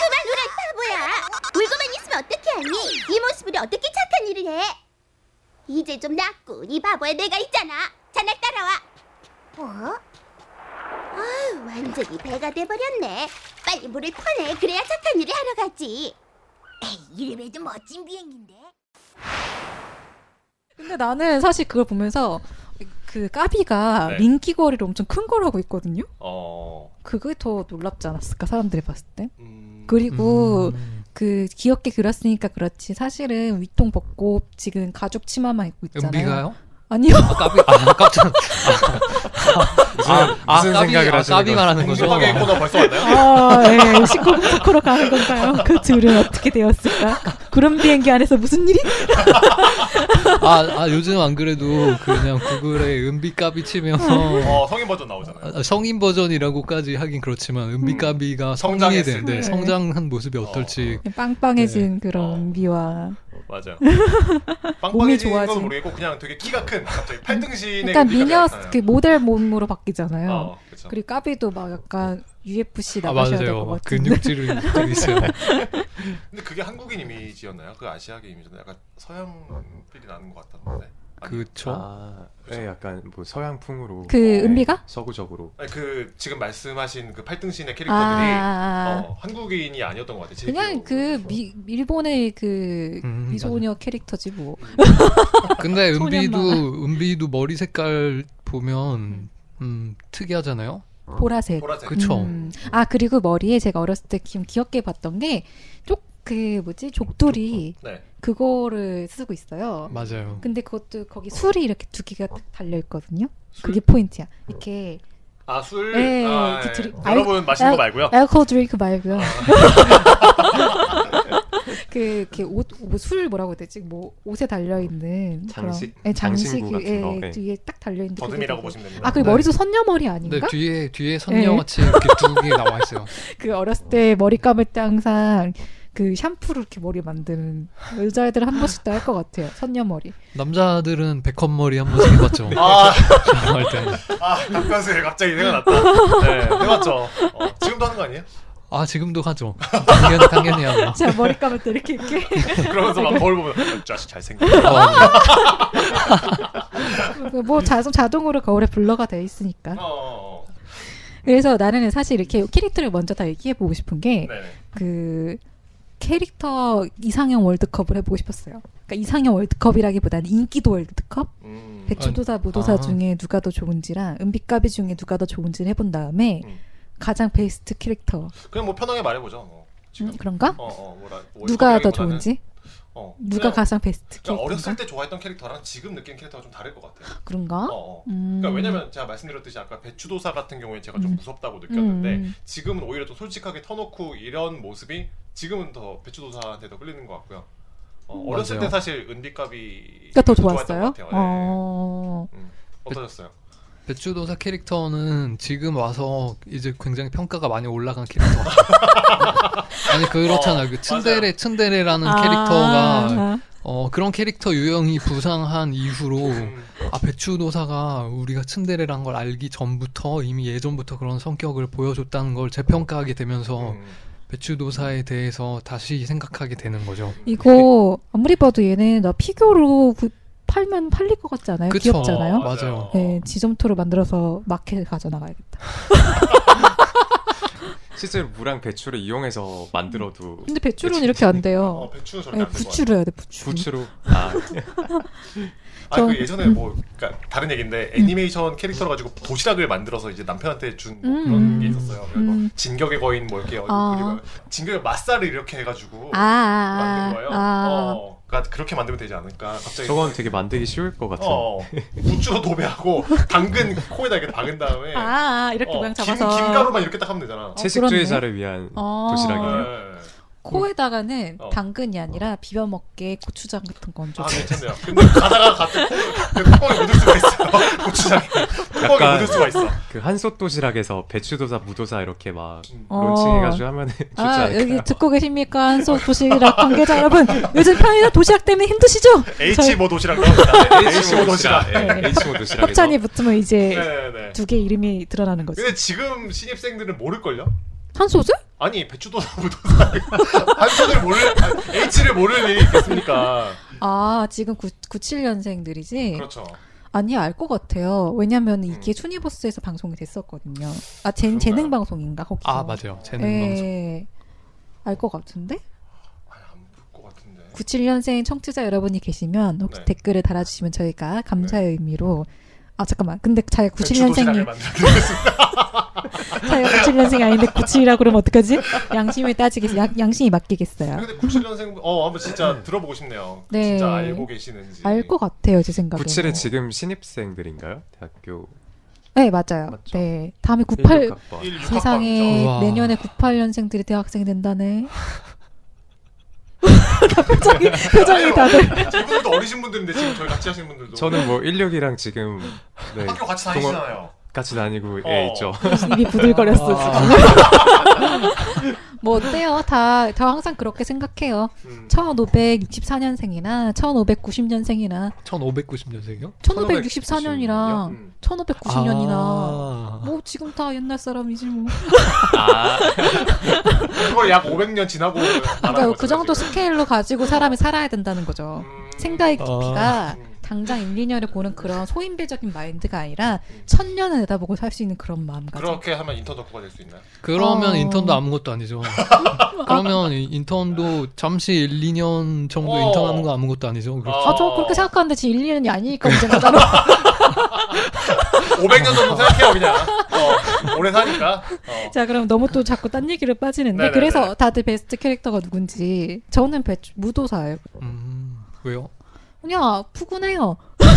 [SPEAKER 5] 그만 울어 바보야. 울고만 있으면 어떻게 하니? 이 모습으로 어떻게 착한 일을 해? 이제 좀 낫고 이 바보야 내가 있잖아. 자나 따라와. 뭐? 아유 완전히 배가 돼버렸네. 빨리 물을 퍼내. 그래야 착한 일을 하러 가지. 에이, 이름에도 멋진 비행인데.
[SPEAKER 2] 근데 나는 사실 그걸 보면서 그 까비가
[SPEAKER 1] 네.
[SPEAKER 2] 민기거리를 엄청 큰 걸 하고 있거든요.
[SPEAKER 1] 어.
[SPEAKER 2] 그게 더 놀랍지 않았을까 사람들이 봤을 때.
[SPEAKER 1] 음...
[SPEAKER 2] 그리고
[SPEAKER 3] 음,
[SPEAKER 2] 그 귀엽게 그렸으니까 그렇지 사실은 위통 벗고 지금 가죽 치마만 입고 있잖아요.
[SPEAKER 3] 은비가요?
[SPEAKER 2] 아니요.
[SPEAKER 3] 아 까비 아 깜짝
[SPEAKER 4] 무슨, 무슨
[SPEAKER 3] 까비-
[SPEAKER 4] 생각을
[SPEAKER 3] 아,
[SPEAKER 4] 하시는
[SPEAKER 3] 까비
[SPEAKER 4] 거예요?
[SPEAKER 2] 그
[SPEAKER 3] 말하는 거죠?
[SPEAKER 1] 공중하게 코너 벌써 왔나요?
[SPEAKER 2] 아, 예, 19금 토크로 가는 건가요? 그 둘은 어떻게 되었을까? 그런 비행기 안에서 무슨 일이?
[SPEAKER 3] 네. 아, 아 요즘 안 그래도 그냥 구글에 은비 까비 치면
[SPEAKER 2] 음.
[SPEAKER 1] 어, 성인 버전 나오잖아요.
[SPEAKER 3] 아, 성인 버전이라고까지 하긴 그렇지만 은비 까비가 성장이
[SPEAKER 1] 성장했을
[SPEAKER 3] 되는데
[SPEAKER 2] 음. 때.
[SPEAKER 3] 성장한 모습이 어떨지
[SPEAKER 2] 빵빵해진
[SPEAKER 3] 네.
[SPEAKER 1] 어.
[SPEAKER 2] 그런 미와
[SPEAKER 1] 맞아요.
[SPEAKER 2] 몸이
[SPEAKER 1] 빵빵해진
[SPEAKER 2] 좋아진-
[SPEAKER 1] 건 모르겠고 그냥 되게 키가 큰 갑자기 팔등신의
[SPEAKER 2] 약간
[SPEAKER 1] 그
[SPEAKER 2] 미녀
[SPEAKER 1] 키가 큰-
[SPEAKER 2] 그 모델 몸으로 바뀌잖아요.
[SPEAKER 1] 어, 그쵸.
[SPEAKER 2] 그리고 까비도 막 약간 UFC
[SPEAKER 3] 아
[SPEAKER 2] 나가셔야 어. 될 것
[SPEAKER 3] 맞아요
[SPEAKER 2] 같은데.
[SPEAKER 3] 근육질이 있어요
[SPEAKER 1] 근데 그게 한국인 이미지였나요? 그 아시아계 이미지였나요? 약간 서양 필이 나는 것 같았는데. 아니,
[SPEAKER 3] 그쵸
[SPEAKER 4] 아, 네, 약간 뭐 서양풍으로
[SPEAKER 2] 그
[SPEAKER 4] 네,
[SPEAKER 2] 은비가?
[SPEAKER 4] 서구적으로
[SPEAKER 1] 아니, 그 지금 말씀하신 그 팔등신의
[SPEAKER 2] 아,
[SPEAKER 1] 캐릭터들이
[SPEAKER 2] 아, 아.
[SPEAKER 1] 어, 한국인이 아니었던 것 같아요. 제
[SPEAKER 2] 그냥 그
[SPEAKER 1] 기억으로는.
[SPEAKER 2] 미, 일본의 그
[SPEAKER 3] 음,
[SPEAKER 2] 미소녀 캐릭터지 뭐.
[SPEAKER 3] 근데
[SPEAKER 2] 소년만.
[SPEAKER 3] 은비도 은비도 머리 색깔 보면 음 특이하잖아요
[SPEAKER 2] 보라색.
[SPEAKER 1] 보라색.
[SPEAKER 3] 그쵸
[SPEAKER 2] 음. 아 그리고 머리에 제가 어렸을 때 기, 귀엽게 봤던 게 쪽 그 뭐지 족돌이
[SPEAKER 1] 네.
[SPEAKER 2] 그거를 쓰고 있어요.
[SPEAKER 3] 맞아요
[SPEAKER 2] 근데 그것도 거기 술이 이렇게 두 개가 딱 달려 있거든요.
[SPEAKER 1] 술?
[SPEAKER 2] 그게 포인트야. 이렇게
[SPEAKER 1] 아 술.
[SPEAKER 2] 네,
[SPEAKER 1] 아,
[SPEAKER 2] 그
[SPEAKER 1] 예.
[SPEAKER 2] 드리-
[SPEAKER 1] 여러분 마시는
[SPEAKER 2] 아,
[SPEAKER 1] 거 말고요.
[SPEAKER 2] 알코올 드링크 말고요. 그 이렇게 옷뭐술 뭐라고 해야 되지? 뭐 옷에 달려 있는
[SPEAKER 4] 장식?
[SPEAKER 2] 그런 예,
[SPEAKER 4] 장신구 같은
[SPEAKER 2] 장식에
[SPEAKER 4] 거, 예.
[SPEAKER 2] 뒤에 딱 달려 있는
[SPEAKER 1] 더듬이라고 보시면 됩니다.
[SPEAKER 2] 아, 그리고 네, 그
[SPEAKER 3] 네.
[SPEAKER 2] 머리도 선녀 머리 아닌가? 예.
[SPEAKER 3] 근데 뒤에 뒤에 선녀같이 이렇게 두 개 나와 있어요
[SPEAKER 2] 그 어렸을 때 머리 감을 때 항상 그 샴푸로 이렇게 머리 만드는 여자애들 한 번씩 다 할 것 같아요. 선녀 머리.
[SPEAKER 3] 남자들은 백헌 머리 한 번씩 해봤죠
[SPEAKER 1] 아,
[SPEAKER 3] 할 때는
[SPEAKER 1] 아, 답변을 갑자기 생각났다. 네, 해봤죠. 어, 지금도 하는 거 아니에요?
[SPEAKER 3] 아 지금도 하죠 당연히 당연히 하죠
[SPEAKER 2] 제가 머리 감을 때 이렇게 이렇게
[SPEAKER 1] 그러면서
[SPEAKER 2] 네.
[SPEAKER 1] 막 거울 보면 자식 잘생겼다.
[SPEAKER 2] 뭐 자동 자동으로 거울에 블러가 돼 있으니까.
[SPEAKER 1] 어, 어, 어.
[SPEAKER 2] 그래서 나는 사실 이렇게 캐릭터를 먼저 다 얘기해 보고 싶은 게 그
[SPEAKER 1] 네네.
[SPEAKER 2] 캐릭터 이상형 월드컵을 해보고 싶었어요. 그러니까 이상형 월드컵이라기보다는 인기도 월드컵?
[SPEAKER 1] 음.
[SPEAKER 2] 배추도사 무도사
[SPEAKER 3] 아.
[SPEAKER 2] 중에 누가 더 좋은지랑 은비까비 중에 누가 더 좋은지를 해본 다음에
[SPEAKER 1] 음.
[SPEAKER 2] 가장 베스트 캐릭터
[SPEAKER 1] 그냥 뭐 편하게 말해보죠. 뭐. 지금.
[SPEAKER 2] 음, 그런가?
[SPEAKER 1] 어, 어, 뭐라, 뭐
[SPEAKER 2] 누가 더
[SPEAKER 1] 이거라기보다는-
[SPEAKER 2] 좋은지?
[SPEAKER 1] 어,
[SPEAKER 2] 누가
[SPEAKER 3] 네.
[SPEAKER 1] 그냥-
[SPEAKER 2] 가장
[SPEAKER 1] 그러니까
[SPEAKER 2] 베스트 캐릭터인가?
[SPEAKER 1] 어렸을 때 좋아했던 캐릭터랑 지금 느끼는 캐릭터가 좀 다를 것 같아요.
[SPEAKER 2] 그런가?
[SPEAKER 1] 어, 어.
[SPEAKER 2] 음.
[SPEAKER 1] 그러니까 왜냐면 제가 말씀드렸듯이 아까 배추도사 같은 경우에 제가 좀
[SPEAKER 2] 음.
[SPEAKER 1] 무섭다고 느꼈는데
[SPEAKER 2] 음.
[SPEAKER 1] 지금은 오히려 좀 솔직하게 터놓고 이런 모습이 지금은 더 배추도사한테 더 끌리는 것 같고요. 어, 어렸을
[SPEAKER 3] 음,
[SPEAKER 1] 때
[SPEAKER 3] 맞아요.
[SPEAKER 1] 사실 은비값이
[SPEAKER 2] 그러니까 더
[SPEAKER 1] 좋아했던
[SPEAKER 2] 좋았어요?
[SPEAKER 1] 것 같아요. 네.
[SPEAKER 2] 어...
[SPEAKER 1] 어떠셨어요?
[SPEAKER 3] 배추도사 캐릭터는 지금 와서 이제 굉장히 평가가 많이 올라간 캐릭터 아니 그렇잖아요 그 츤데레 츤데레라는 캐릭터가
[SPEAKER 2] 아,
[SPEAKER 3] 어 그런 캐릭터 유형이 부상한 이후로
[SPEAKER 1] 음,
[SPEAKER 3] 아 배추도사가 우리가 츤데레란 걸 알기 전부터 이미 예전부터 그런 성격을 보여줬다는 걸 재평가하게 되면서
[SPEAKER 1] 음.
[SPEAKER 3] 배추도사에 대해서 다시 생각하게 되는 거죠
[SPEAKER 2] 이거 아무리 봐도 얘는 나 피규어로 구- 팔면 팔릴 것 같지 않아요?
[SPEAKER 3] 그쵸.
[SPEAKER 2] 네, 귀엽잖아요.
[SPEAKER 3] 맞아요.
[SPEAKER 2] 네, 지점토로 만들어서 마켓에 가져나가야겠다.
[SPEAKER 4] 실제로 무랑 배추를 이용해서 만들어도
[SPEAKER 2] 근데 배추는
[SPEAKER 4] 그치.
[SPEAKER 2] 이렇게 안
[SPEAKER 1] 어,
[SPEAKER 2] 돼요.
[SPEAKER 1] 배추는 저렇게
[SPEAKER 2] 네,
[SPEAKER 1] 안될것 같아요.
[SPEAKER 2] 부추를 해야 돼, 부추.
[SPEAKER 4] 부추로
[SPEAKER 3] 음.
[SPEAKER 4] 아
[SPEAKER 1] 아, 그 예전에 뭐 그러니까 다른 얘기인데
[SPEAKER 2] 음.
[SPEAKER 1] 애니메이션 캐릭터로 가지고 도시락을 만들어서 이제 남편한테 준뭐 그런
[SPEAKER 2] 음.
[SPEAKER 1] 게 있었어요. 그래서
[SPEAKER 2] 음.
[SPEAKER 1] 진격의 거인 뭐 이렇게
[SPEAKER 2] 아.
[SPEAKER 1] 그리고 진격의 맛살을 이렇게 해가지고
[SPEAKER 2] 아, 아,
[SPEAKER 1] 만든 거예요.
[SPEAKER 2] 아, 아.
[SPEAKER 1] 어. 그렇게 만들면 되지 않을까 갑자기
[SPEAKER 4] 저건 되게 만들기 쉬울 것 같은.
[SPEAKER 1] 어 부추로 도배하고 당근 코에다 이렇게 박은 다음에
[SPEAKER 2] 아, 아, 이렇게
[SPEAKER 1] 어,
[SPEAKER 2] 모양
[SPEAKER 1] 김-
[SPEAKER 2] 잡아서
[SPEAKER 1] 김가루만 이렇게 딱 하면 되잖아
[SPEAKER 4] 채식주의자를 위한
[SPEAKER 2] 어.
[SPEAKER 4] 도시락이에요.
[SPEAKER 1] 네.
[SPEAKER 2] 코에다가는
[SPEAKER 1] 어.
[SPEAKER 2] 당근이 아니라 비벼 먹게 고추장 같은 거 얹어.
[SPEAKER 1] 아 괜찮네요. 근데 가다가 갑자기 콧- 콧구멍에 묻을 수가 있어요. 고추장에 콧구멍에
[SPEAKER 4] 약간-
[SPEAKER 1] 묻을 수가 있어.
[SPEAKER 4] 그 한솥 도시락에서 배추도사, 무도사 이렇게 막
[SPEAKER 2] 어.
[SPEAKER 4] 론칭해가지고 하면 좋지
[SPEAKER 2] 아,
[SPEAKER 4] 않을까요?
[SPEAKER 2] 여기 듣고 계십니까? 한솥 도시락 관계자 여러분. 요즘 편의점 도시락 때문에 힘드시죠?
[SPEAKER 1] H
[SPEAKER 2] 저희
[SPEAKER 1] 모 도시락 나옵니다. H 모 도시락.
[SPEAKER 4] 예,
[SPEAKER 2] 네.
[SPEAKER 4] H5 도시락에서.
[SPEAKER 2] 협찬이 붙으면 이제
[SPEAKER 1] 네네. 네.
[SPEAKER 2] 두 개 이름이 드러나는 거죠.
[SPEAKER 1] 근데 지금 신입생들은 모를 걸요?
[SPEAKER 2] 한솥을?
[SPEAKER 1] 아니 배추도사 무도사 한손을 모를 아니, H를 모를 일이 있겠습니까?
[SPEAKER 2] 아, 지금 9, 97년생들이지?
[SPEAKER 1] 그렇죠.
[SPEAKER 2] 아니, 알 것 같아요. 왜냐면 이게 투니버스에서 방송이 됐었거든요. 아, 재,
[SPEAKER 1] 그런가요?
[SPEAKER 2] 재능 방송인가? 거기서.
[SPEAKER 3] 아 맞아요 재능 방송
[SPEAKER 2] 예. 알것 같은데?
[SPEAKER 1] 아, 안볼것 같은데.
[SPEAKER 2] 97년생 청취자 여러분이 계시면 혹시
[SPEAKER 1] 네.
[SPEAKER 2] 댓글을 달아주시면 저희가 감사의 의미로 아 잠깐만 근데 자기가
[SPEAKER 1] 배추도시락을
[SPEAKER 2] 97년생이
[SPEAKER 1] 만들겠습니다.
[SPEAKER 2] 자기가 97년생이 아닌데 97이라고 그러면 어떡하지? 양심을 따지겠어 양, 양심이 맡기겠어요
[SPEAKER 1] 아, 근데 97년생 어 한번 진짜 들어보고 싶네요.
[SPEAKER 2] 네.
[SPEAKER 1] 진짜 알고 계시는지.
[SPEAKER 2] 알 것 같아요 제 생각에
[SPEAKER 4] 구칠은 지금 신입생들인가요? 대학교
[SPEAKER 2] 네 맞아요
[SPEAKER 4] 맞죠?
[SPEAKER 2] 네 다음에 98
[SPEAKER 4] 16학번.
[SPEAKER 1] 1, 6학번이죠.
[SPEAKER 2] 세상에
[SPEAKER 3] 우와.
[SPEAKER 2] 내년에 98년생들이 대학생이 된다네 표정이 표정이 다들
[SPEAKER 1] 저분들도 어리신 분들인데 지금 저희 같이 하시는 분들도
[SPEAKER 4] 저는 뭐 16이랑 지금 네,
[SPEAKER 1] 학교 같이
[SPEAKER 4] 동원-
[SPEAKER 1] 다니시잖아요.
[SPEAKER 4] 같이 다니고
[SPEAKER 1] 어.
[SPEAKER 4] 예 있죠.
[SPEAKER 3] 아,
[SPEAKER 2] 입이 부들거렸어 지금 뭐 어때요 다저 항상 그렇게 생각해요
[SPEAKER 1] 음.
[SPEAKER 2] 1564년생이나 1590년생이나
[SPEAKER 3] 1590년생이요?
[SPEAKER 2] 1564년이랑
[SPEAKER 1] 음.
[SPEAKER 2] 1590년이나
[SPEAKER 3] 아.
[SPEAKER 2] 뭐 지금 다 옛날 사람이지 뭐.
[SPEAKER 1] 그걸 약 500년 지나고
[SPEAKER 2] 그러니까
[SPEAKER 1] 그러니까
[SPEAKER 2] 그 정도 스케일로 가지고 사람이 살아야 된다는 거죠. 생각의 깊이가
[SPEAKER 1] 음.
[SPEAKER 2] 당장 1, 2년을 보는 그런 소인배적인 마인드가 아니라 천년을 내다보고 살 수 있는 그런 마음가짐.
[SPEAKER 1] 그렇게 하면 인턴 덕후가 될 수 있나요?
[SPEAKER 3] 그러면
[SPEAKER 2] 어.
[SPEAKER 3] 인턴도 아무것도 아니죠. 그러면 이- 인턴도 잠시 1, 2년 정도
[SPEAKER 1] 어.
[SPEAKER 3] 인턴하는 거 아무것도 아니죠. 그렇죠.
[SPEAKER 2] 아, 저 그렇게 생각하는데 지금 1, 2년이 아니니까 문제가 따로.
[SPEAKER 1] 500년 정도 생각해요 그냥 어, 오래 사니까 어.
[SPEAKER 2] 자, 그럼 너무 또 자꾸 딴 얘기로 빠지는데.
[SPEAKER 1] 네네네.
[SPEAKER 2] 그래서 다들 베스트 캐릭터가 누군지. 저는 배, 무도사예요.
[SPEAKER 3] 음, 왜요?
[SPEAKER 2] 그냥 푸근해요.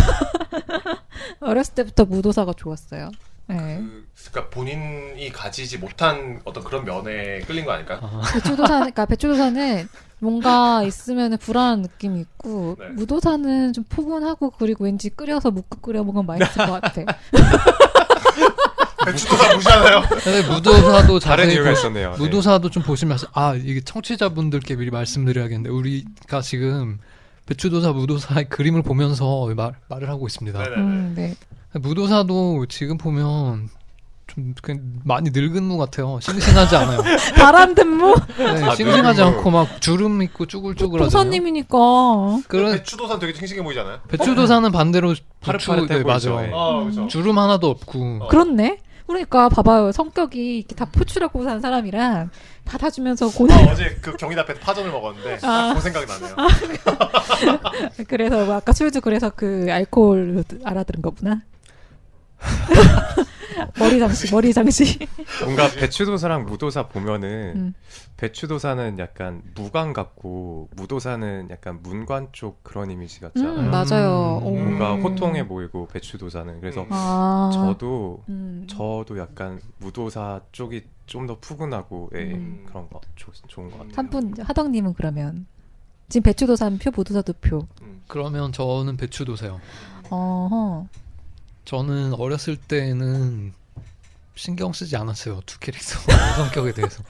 [SPEAKER 2] 어렸을 때부터 무도사가 좋았어요. 네.
[SPEAKER 1] 그, 그러니까 본인이 가지지 못한 어떤 그런 면에 끌린 거 아닐까요?
[SPEAKER 3] 아,
[SPEAKER 2] 배추도사, 그러니까 배추도사는 뭔가 있으면 불안한 느낌이 있고
[SPEAKER 1] 네.
[SPEAKER 2] 무도사는 좀 포근하고 그리고 왠지 끓여서 묵국 끓여 먹으면 맛있을 것 같아.
[SPEAKER 4] 네.
[SPEAKER 1] 배추도사 무시하나요?
[SPEAKER 3] 근데 무도사도
[SPEAKER 4] 다른
[SPEAKER 3] 자세히
[SPEAKER 4] 이유가
[SPEAKER 3] 보-
[SPEAKER 4] 있었네요. 예.
[SPEAKER 3] 그 무도사도 좀 보시면 아시- 아 이게 청취자분들께 미리 말씀드려야겠는데 우리가 지금 배추도사 무도사의 그림을 보면서 말, 말을 하고 있습니다.
[SPEAKER 1] 네네네
[SPEAKER 2] 음, 네.
[SPEAKER 3] 무도사도 지금 보면 좀 그냥 많이 늙은 무 같아요. 싱싱하지 않아요.
[SPEAKER 2] 바람든무
[SPEAKER 3] 네,
[SPEAKER 4] 아,
[SPEAKER 3] 싱싱하지
[SPEAKER 4] 늙은 무.
[SPEAKER 3] 않고 막 주름 있고 쭈글쭈글하잖아요.
[SPEAKER 2] 도사님이니까
[SPEAKER 4] 네.
[SPEAKER 3] 그런
[SPEAKER 1] 배추도사 되게 싱싱해 보이잖아요
[SPEAKER 3] 배추도사는 반대로 부추
[SPEAKER 4] 파릇파릇해
[SPEAKER 3] 네,
[SPEAKER 4] 보이죠.
[SPEAKER 3] 맞아.
[SPEAKER 4] 예.
[SPEAKER 1] 어
[SPEAKER 2] 음,
[SPEAKER 1] 그렇죠
[SPEAKER 3] 주름 하나도 없고
[SPEAKER 1] 어.
[SPEAKER 2] 그렇네. 그러니까 봐봐요 성격이 이렇게 다 포출하고 산 사람이랑 받아주면서 고난
[SPEAKER 1] 아, 어제 그 경인 앞에서 파전을 먹었는데
[SPEAKER 2] 아.
[SPEAKER 1] 딱그 생각이 나네요
[SPEAKER 2] 그래서 뭐 아까 술도 그래서 그 알코올로 알아들은 거구나. 머리 장식 머리 장식.
[SPEAKER 4] 뭔가 배추도사랑 무도사 보면은
[SPEAKER 2] 음.
[SPEAKER 4] 배추도사는 약간 무관 같고 무도사는 약간 문관 쪽 그런 이미지 같지 않아요?
[SPEAKER 2] 음 맞아요.
[SPEAKER 3] 음,
[SPEAKER 2] 오.
[SPEAKER 4] 뭔가 호통해 보이고 배추도사는 그래서
[SPEAKER 1] 음.
[SPEAKER 2] 아.
[SPEAKER 4] 저도
[SPEAKER 2] 음.
[SPEAKER 4] 저도 약간 무도사 쪽이 좀 더 푸근하고 예,
[SPEAKER 1] 음.
[SPEAKER 4] 그런 거 조- 좋은 것 같아요.
[SPEAKER 2] 한 분, 하덕님은 그러면 지금 배추도사는 표, 보도사도 표.
[SPEAKER 3] 그러면 저는 배추도사요.
[SPEAKER 2] 어허.
[SPEAKER 3] 저는 어렸을 때는 신경 쓰지 않았어요 두 캐릭터 성격에 대해서.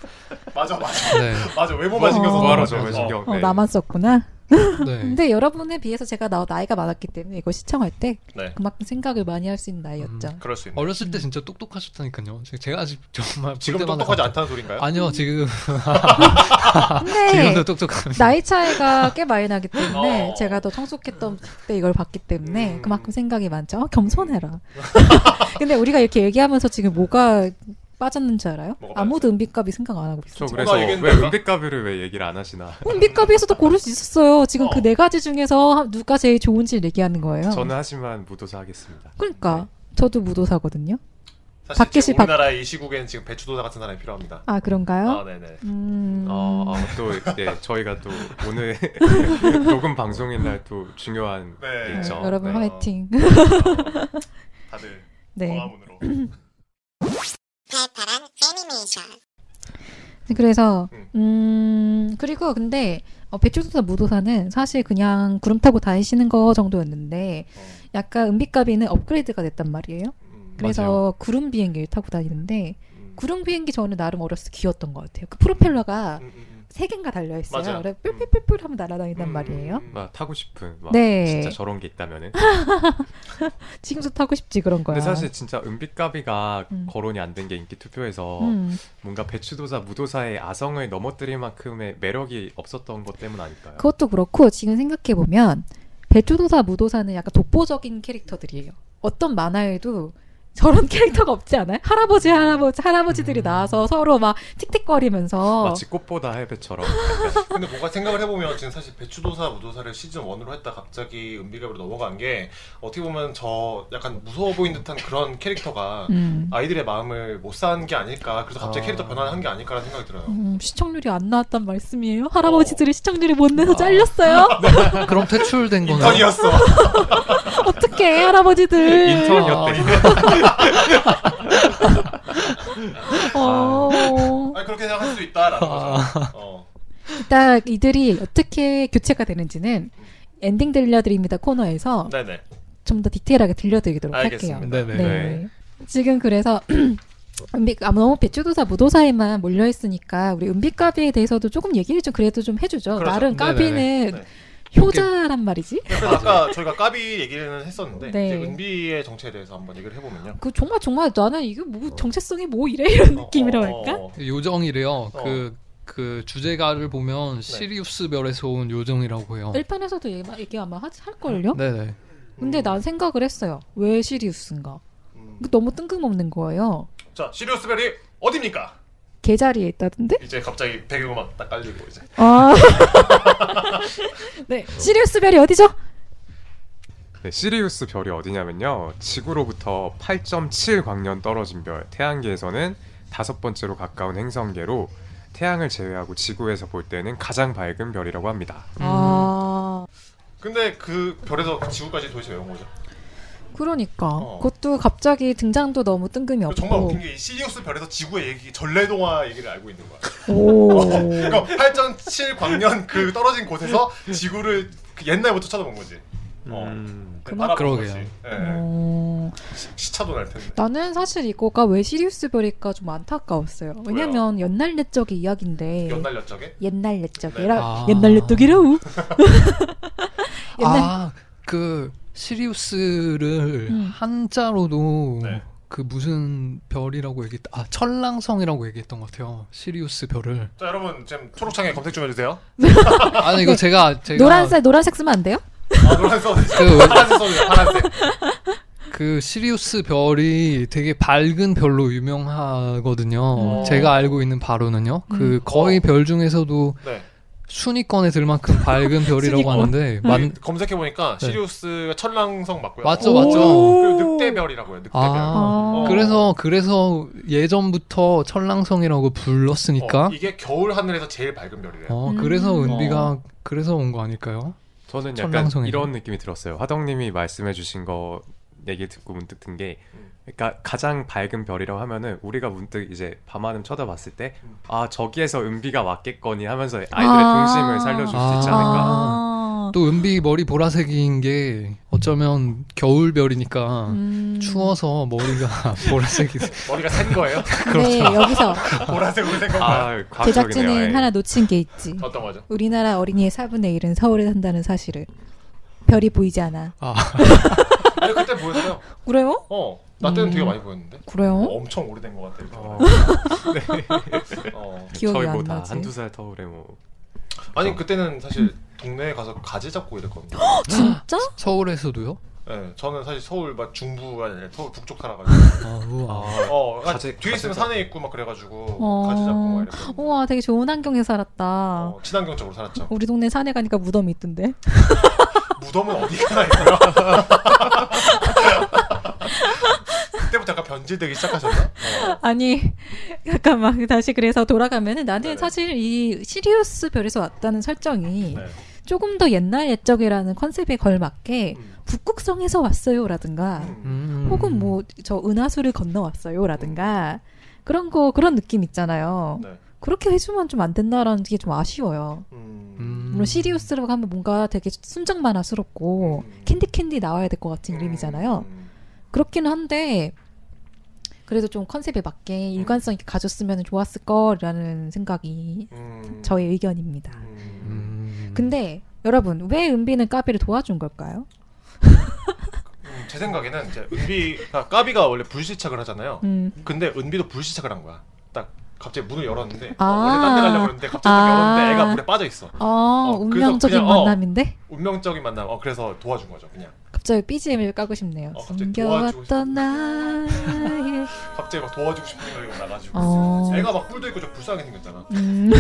[SPEAKER 1] 맞아 맞아
[SPEAKER 3] 네,
[SPEAKER 1] 맞아 외모만 신경
[SPEAKER 2] 어.
[SPEAKER 1] 써서
[SPEAKER 4] 뭐하러
[SPEAKER 1] 그래서.
[SPEAKER 4] 저걸 신경?
[SPEAKER 2] 어,
[SPEAKER 4] 네.
[SPEAKER 2] 나만 썼구나.
[SPEAKER 3] 네.
[SPEAKER 2] 근데 여러분에 비해서 제가 나, 나이가 많았기 때문에 이거 시청할 때
[SPEAKER 1] 네 음.
[SPEAKER 2] 그만큼 생각을 많이 할 수 있는 나이였죠.
[SPEAKER 1] 그럴 수 있네
[SPEAKER 3] 어렸을 때 진짜 똑똑하셨다니까요. 제- 제가 아직 정말 볼
[SPEAKER 1] 지금
[SPEAKER 3] 때마다
[SPEAKER 1] 똑똑하지
[SPEAKER 3] 깜짝-
[SPEAKER 1] 않다는 소린가요?
[SPEAKER 3] 아니요 지금
[SPEAKER 2] 근데 네.
[SPEAKER 3] 지금도 똑똑합니다.
[SPEAKER 2] 나이 차이가 꽤 많이 나기 때문에
[SPEAKER 1] 어.
[SPEAKER 2] 제가 더 성숙했던 때 이걸 봤기 때문에
[SPEAKER 1] 음.
[SPEAKER 2] 그만큼 생각이 많죠. 어, 겸손해라. 근데 우리가 이렇게 얘기하면서 지금 뭐가 빠졌는지 알아요?
[SPEAKER 1] 뭐가
[SPEAKER 2] 아무도 은비값이 생각 안 하고
[SPEAKER 4] 저
[SPEAKER 2] 있었죠.
[SPEAKER 4] 그래서 왜
[SPEAKER 1] 얘기했는데 아까?
[SPEAKER 4] 은비가비를 왜 얘기를 안 하시나?
[SPEAKER 2] 어, 혼비값에서도 고를 수 있었어요. 지금
[SPEAKER 1] 어.
[SPEAKER 2] 그 네 가지 중에서 하- 누가 제일 좋은지 를 얘기하는 거예요.
[SPEAKER 4] 저는 하지만 무도사 하겠습니다.
[SPEAKER 2] 그러니까 저도 무도사거든요.
[SPEAKER 1] 사실
[SPEAKER 2] 밖에
[SPEAKER 1] 이제
[SPEAKER 2] 시- 밖-
[SPEAKER 1] 우리나라의 이 시국에는 지금 배추도사 같은 사람이 필요합니다.
[SPEAKER 2] 아
[SPEAKER 1] 아
[SPEAKER 2] 그런가요?
[SPEAKER 1] 네네.
[SPEAKER 2] 음.
[SPEAKER 4] 어, 어, 또 네, 저희가 또 오늘 녹음 방송일 날 또 중요한
[SPEAKER 1] 네.
[SPEAKER 4] 게
[SPEAKER 2] 네,
[SPEAKER 4] 있죠.
[SPEAKER 2] 여러분
[SPEAKER 4] 네.
[SPEAKER 2] 화이팅.
[SPEAKER 1] 어, 다들
[SPEAKER 2] 네.
[SPEAKER 1] 광화문으로. 음,
[SPEAKER 2] 그래서 음 그리고 근데 어, 배추도사 무도사는 사실 그냥 구름 타고 다니시는 거 정도였는데
[SPEAKER 1] 어,
[SPEAKER 2] 약간 은비가비는 업그레이드가 됐단 말이에요.
[SPEAKER 1] 음,
[SPEAKER 2] 그래서
[SPEAKER 4] 맞아요.
[SPEAKER 2] 구름 비행기를 타고 다니는데
[SPEAKER 1] 음,
[SPEAKER 2] 구름 비행기 저는 나름 어렸을 때 귀여웠던 것 같아요. 그 프로펠러가
[SPEAKER 1] 음, 음,
[SPEAKER 2] 세 개인가 달려 있어요.
[SPEAKER 1] 맞아요.
[SPEAKER 2] 그래 뿔뿔뿔뿔 하면 날아다닌단
[SPEAKER 1] 음,
[SPEAKER 2] 말이에요.
[SPEAKER 1] 음, 음.
[SPEAKER 4] 막 타고 싶은 막
[SPEAKER 2] 네.
[SPEAKER 4] 진짜 저런 게 있다면은.
[SPEAKER 2] 지금도 타고 싶지 그런 거야.
[SPEAKER 4] 근데 사실 진짜 은빛가비가
[SPEAKER 2] 음.
[SPEAKER 4] 거론이 안 된 게 인기 투표에서
[SPEAKER 2] 음.
[SPEAKER 4] 뭔가 배추도사 무도사의 아성을 넘어뜨릴 만큼의 매력이 없었던 것 때문 아닐까요?
[SPEAKER 2] 그것도 그렇고 지금 생각해 보면 배추도사 무도사는 약간 독보적인 캐릭터들이에요. 어떤 만화에도 저런 캐릭터가 없지 않아요? 할아버지 할아버지 할아버지들이
[SPEAKER 4] 음.
[SPEAKER 2] 나와서 서로 막 틱틱거리면서
[SPEAKER 4] 마치 꽃보다 해배처럼
[SPEAKER 1] 근데 뭔가 생각을 해보면 지금 사실 배추도사 무도사를 시즌 1으로 했다 갑자기 은비갑으로 넘어간 게 어떻게 보면 저 약간 무서워 보인 듯한 그런 캐릭터가
[SPEAKER 2] 음.
[SPEAKER 1] 아이들의 마음을 못 사는 게 아닐까 그래서 갑자기
[SPEAKER 4] 아.
[SPEAKER 1] 캐릭터 변화를 한 게 아닐까라는 생각이 들어요.
[SPEAKER 2] 음, 시청률이 안 나왔단 말씀이에요? 할아버지들이 시청률이 못 내서 잘렸어요?
[SPEAKER 3] 그럼 퇴출된 거네요.
[SPEAKER 1] 인턴이었어.
[SPEAKER 2] 음. 어떡해 할아버지들
[SPEAKER 4] 인턴이었대.
[SPEAKER 2] 어.
[SPEAKER 1] 아니 그렇게 생각할 수 있다라는 거죠. 어.
[SPEAKER 2] 일단 이들이 어떻게 교체가 되는지는 엔딩 들려드립니다 코너에서
[SPEAKER 1] 네네.
[SPEAKER 2] 좀 더 디테일하게 들려드리도록
[SPEAKER 1] 알겠습니다.
[SPEAKER 2] 할게요.
[SPEAKER 3] 네네.
[SPEAKER 2] 네. 지금 그래서 은비 아, 너무 배추도사 무도사에만 몰려 있으니까 우리 은비까비에 대해서도 조금 얘기를 좀 그래도 좀 해주죠.
[SPEAKER 1] 그렇죠.
[SPEAKER 2] 나름 까비는
[SPEAKER 3] 네네네.
[SPEAKER 1] 네.
[SPEAKER 2] 효자란 말이지.
[SPEAKER 1] 그래서 아까 저희가 까비 얘기는 했었는데
[SPEAKER 2] 네.
[SPEAKER 1] 이제 은비의 정체에 대해서 한번 얘기를 해보면요.
[SPEAKER 2] 그 정말 정말 나는 이게 뭐 정체성이 뭐 이래 이런 느낌이라고 할까?
[SPEAKER 1] 어, 네. 어, 어.
[SPEAKER 3] 요정이래요. 그, 그 주제가를 보면 시리우스 별에서 온 요정이라고
[SPEAKER 1] 어.
[SPEAKER 3] 해요.
[SPEAKER 2] 일편에서도 얘기, 얘기 아마 하- 할걸요?
[SPEAKER 3] 네네.
[SPEAKER 2] 근데 난 생각을 했어요. 왜 시리우스인가?
[SPEAKER 1] 음.
[SPEAKER 2] 너무 뜬금없는 거예요.
[SPEAKER 1] 자 시리우스벨이 어딥니까?
[SPEAKER 2] 개자리에 있다던데?
[SPEAKER 1] 이제 갑자기 배경음악 딱 깔리고 이제
[SPEAKER 2] 아. 네. 시리우스별이 어디죠?
[SPEAKER 3] 음.
[SPEAKER 4] 네, 시리우스 별이 어디냐면요. 지구로부터 8.7 광년 떨어진 별 태양계에서는 다섯 번째로 가까운 행성계로 태양을 제외하고 지구에서 볼 때는 가장 밝은 별이라고 합니다.
[SPEAKER 2] 아.
[SPEAKER 1] 근데 그 별에서 그 지구까지 도대체 왜 온 거죠?
[SPEAKER 2] 그러니까
[SPEAKER 1] 어.
[SPEAKER 2] 그것도 갑자기 등장도 너무 뜬금이 없고.
[SPEAKER 1] 정말 웃긴 게이 시리우스 별에서 지구의 얘기 전래동화 얘기를 알고 있는 거야.
[SPEAKER 2] 오.
[SPEAKER 1] 그러니까 8.7 광년 그 떨어진 곳에서 지구를 그 옛날부터 쳐다본 거지. 어. 바라본
[SPEAKER 3] 음. 그러게요.
[SPEAKER 1] 거지. 예, 예.
[SPEAKER 2] 어,
[SPEAKER 1] 시차도 날 텐데.
[SPEAKER 2] 나는 사실 이거가 왜 시리우스별일까 좀 안타까웠어요. 왜냐면 옛날 옛적의 이야기인데
[SPEAKER 1] 연날 네. 옛적에
[SPEAKER 2] 옛날 옛적이라
[SPEAKER 3] 아.
[SPEAKER 2] 옛날 옛적이라우. 옛날
[SPEAKER 3] 아, 그 시리우스를
[SPEAKER 2] 음.
[SPEAKER 3] 한자로도
[SPEAKER 1] 네.
[SPEAKER 3] 그 무슨 별이라고 얘기했다. 아, 천랑성이라고 얘기했던 것 같아요. 시리우스 별을.
[SPEAKER 1] 자 여러분 지금 초록창에 검색 좀 해주세요.
[SPEAKER 3] 아니, 이거 제가,
[SPEAKER 2] 네.
[SPEAKER 3] 제가.
[SPEAKER 2] 노란색 노란색 쓰면 안 돼요?
[SPEAKER 1] 아 노란색 써주세요.
[SPEAKER 3] 그 왜-
[SPEAKER 1] 파란색 써주세요. 파란색.
[SPEAKER 3] 그 시리우스 별이 되게 밝은 별로 유명하거든요.
[SPEAKER 2] 음.
[SPEAKER 3] 제가 알고 있는 바로는요. 그 거의
[SPEAKER 2] 어.
[SPEAKER 3] 별 중에서도
[SPEAKER 1] 네.
[SPEAKER 3] 순위권에 들 만큼 밝은 별이라고
[SPEAKER 2] 순위권. 음.
[SPEAKER 3] 하는데 만,
[SPEAKER 1] 검색해 보니까
[SPEAKER 3] 음. 네.
[SPEAKER 1] 시리우스가 천랑성 맞고요.
[SPEAKER 3] 맞죠,
[SPEAKER 1] 어,
[SPEAKER 3] 맞죠.
[SPEAKER 1] 그리고 늑대별이라고요. 늑대별.
[SPEAKER 3] 아,
[SPEAKER 2] 어.
[SPEAKER 3] 그래서 그래서 예전부터 천랑성이라고 불렀으니까
[SPEAKER 1] 어, 이게 겨울 하늘에서 제일 밝은 별이래요.
[SPEAKER 3] 그러니까. 어, 그래서
[SPEAKER 2] 음.
[SPEAKER 3] 은비가 그래서 온 거 아닐까요?
[SPEAKER 4] 저는 약간
[SPEAKER 3] 천랑성이네.
[SPEAKER 4] 이런 느낌이 들었어요. 화덕님이 말씀해주신 거 얘기 듣고 문득 든 게, 그러니까 가장 밝은 별이라고 하면은 우리가 문득 이제 밤하늘 쳐다봤을 때, 아 저기에서 은비가 왔겠거니 하면서 아이들의
[SPEAKER 2] 아.
[SPEAKER 4] 동심을 살려줄 수 있지
[SPEAKER 3] 아.
[SPEAKER 4] 않을까.
[SPEAKER 3] 또 은비 머리 보라색인 게 어쩌면 겨울별이니까
[SPEAKER 2] 음.
[SPEAKER 3] 추워서 머리가 보라색이
[SPEAKER 1] 머리가 센 거예요?
[SPEAKER 2] 네
[SPEAKER 3] 그렇죠.
[SPEAKER 2] 여기서
[SPEAKER 1] 보라색으로 생각
[SPEAKER 4] 아, 과학적이네요.
[SPEAKER 2] 제작진은
[SPEAKER 4] 예.
[SPEAKER 2] 하나 놓친 게 있지.
[SPEAKER 1] 어떤 거죠?
[SPEAKER 2] 우리나라 어린이의 4분의 1은 서울에 산다는 사실을. 별이 보이지 않아.
[SPEAKER 1] 아니 그때 보였어요.
[SPEAKER 2] 그래요?
[SPEAKER 1] 어, 나 때는 되게 많이 보였는데. 어,
[SPEAKER 2] 그래요?
[SPEAKER 1] 엄청 오래된 것 같아.
[SPEAKER 4] 어,
[SPEAKER 1] 요 어.
[SPEAKER 2] 기억이
[SPEAKER 4] 저희
[SPEAKER 2] 안
[SPEAKER 4] 뭐 다
[SPEAKER 2] 나지.
[SPEAKER 4] 한두 살 터울에 뭐
[SPEAKER 1] 아니 그때는 사실 동네에 가서 가지 잡고 이랬거든요.
[SPEAKER 2] 진짜?
[SPEAKER 3] 서울에서도요?
[SPEAKER 1] 예, 저는 사실 서울 막 중부가 아니라 서울 북쪽 살아가지고.
[SPEAKER 3] 아, 우와.
[SPEAKER 1] 어, 그러니까
[SPEAKER 4] 가지-
[SPEAKER 1] 뒤에 있으면
[SPEAKER 4] 가지
[SPEAKER 1] 산에 있고 막 그래가지고
[SPEAKER 2] 어.
[SPEAKER 1] 가지 잡고 막 이랬거든요.
[SPEAKER 2] 우와, 되게 좋은 환경에 살았다.
[SPEAKER 1] 어, 친환경적으로 살았죠.
[SPEAKER 2] 우리 동네 산에 가니까 무덤이 있던데.
[SPEAKER 1] 무덤은 어디 가나 있고요. 그때 그때부터 약간 변질되기 시작하셨나? 어.
[SPEAKER 2] 아니 잠깐만 다시 그래서 돌아가면은 나는
[SPEAKER 1] 네네.
[SPEAKER 2] 사실 이 시리우스 별에서 왔다는 설정이
[SPEAKER 1] 네.
[SPEAKER 2] 조금 더 옛날 옛적이라는 컨셉에 걸맞게
[SPEAKER 1] 음.
[SPEAKER 2] 북극성에서 왔어요라든가
[SPEAKER 3] 음.
[SPEAKER 2] 혹은 뭐 저 은하수를 건너왔어요라든가 그런 거 그런 느낌 있잖아요.
[SPEAKER 1] 네.
[SPEAKER 2] 그렇게 해주면 좀 안 된다라는 게 좀 아쉬워요.
[SPEAKER 1] 음.
[SPEAKER 3] 음.
[SPEAKER 2] 물론 시리우스라고 하면 뭔가 되게 순정 만화스럽고
[SPEAKER 1] 음.
[SPEAKER 2] 캔디 캔디 나와야 될 것 같은 이름이잖아요.
[SPEAKER 1] 음.
[SPEAKER 2] 그렇긴 한데 그래도 좀 컨셉에 맞게
[SPEAKER 1] 음.
[SPEAKER 2] 일관성 있게 가졌으면 좋았을 거라는 생각이
[SPEAKER 1] 음.
[SPEAKER 2] 저의 의견입니다.
[SPEAKER 1] 음.
[SPEAKER 3] 음.
[SPEAKER 2] 근데 여러분 왜 은비는 까비를 도와준 걸까요?
[SPEAKER 1] 음, 제 생각에는 이제 은비가 까비가 원래 불시착을 하잖아요.
[SPEAKER 2] 음.
[SPEAKER 1] 근데 은비도 불시착을 한 거야. 딱 갑자기 문을 열었는데
[SPEAKER 2] 아.
[SPEAKER 1] 어, 원래 딴데 가려고 했는데 갑자기 딱
[SPEAKER 2] 아.
[SPEAKER 1] 열었는데 애가 물에 빠져 있어.
[SPEAKER 2] 아
[SPEAKER 1] 어, 그래서
[SPEAKER 2] 운명적인
[SPEAKER 1] 그냥, 어.
[SPEAKER 2] 만남인데
[SPEAKER 1] 운명적인 만남. 어 그래서 도와준 거죠. 그냥
[SPEAKER 2] 갑자기 BGM을 까고 싶네요.
[SPEAKER 4] 아,
[SPEAKER 1] 어, 갑자기
[SPEAKER 2] 숨겨왔던 나의
[SPEAKER 1] 갑자기 막 도와주고 싶은 생각이 나가지고
[SPEAKER 2] 어.
[SPEAKER 1] 애가 막 뿔도 있고 좀 불쌍하게 생겼잖아.
[SPEAKER 2] 음,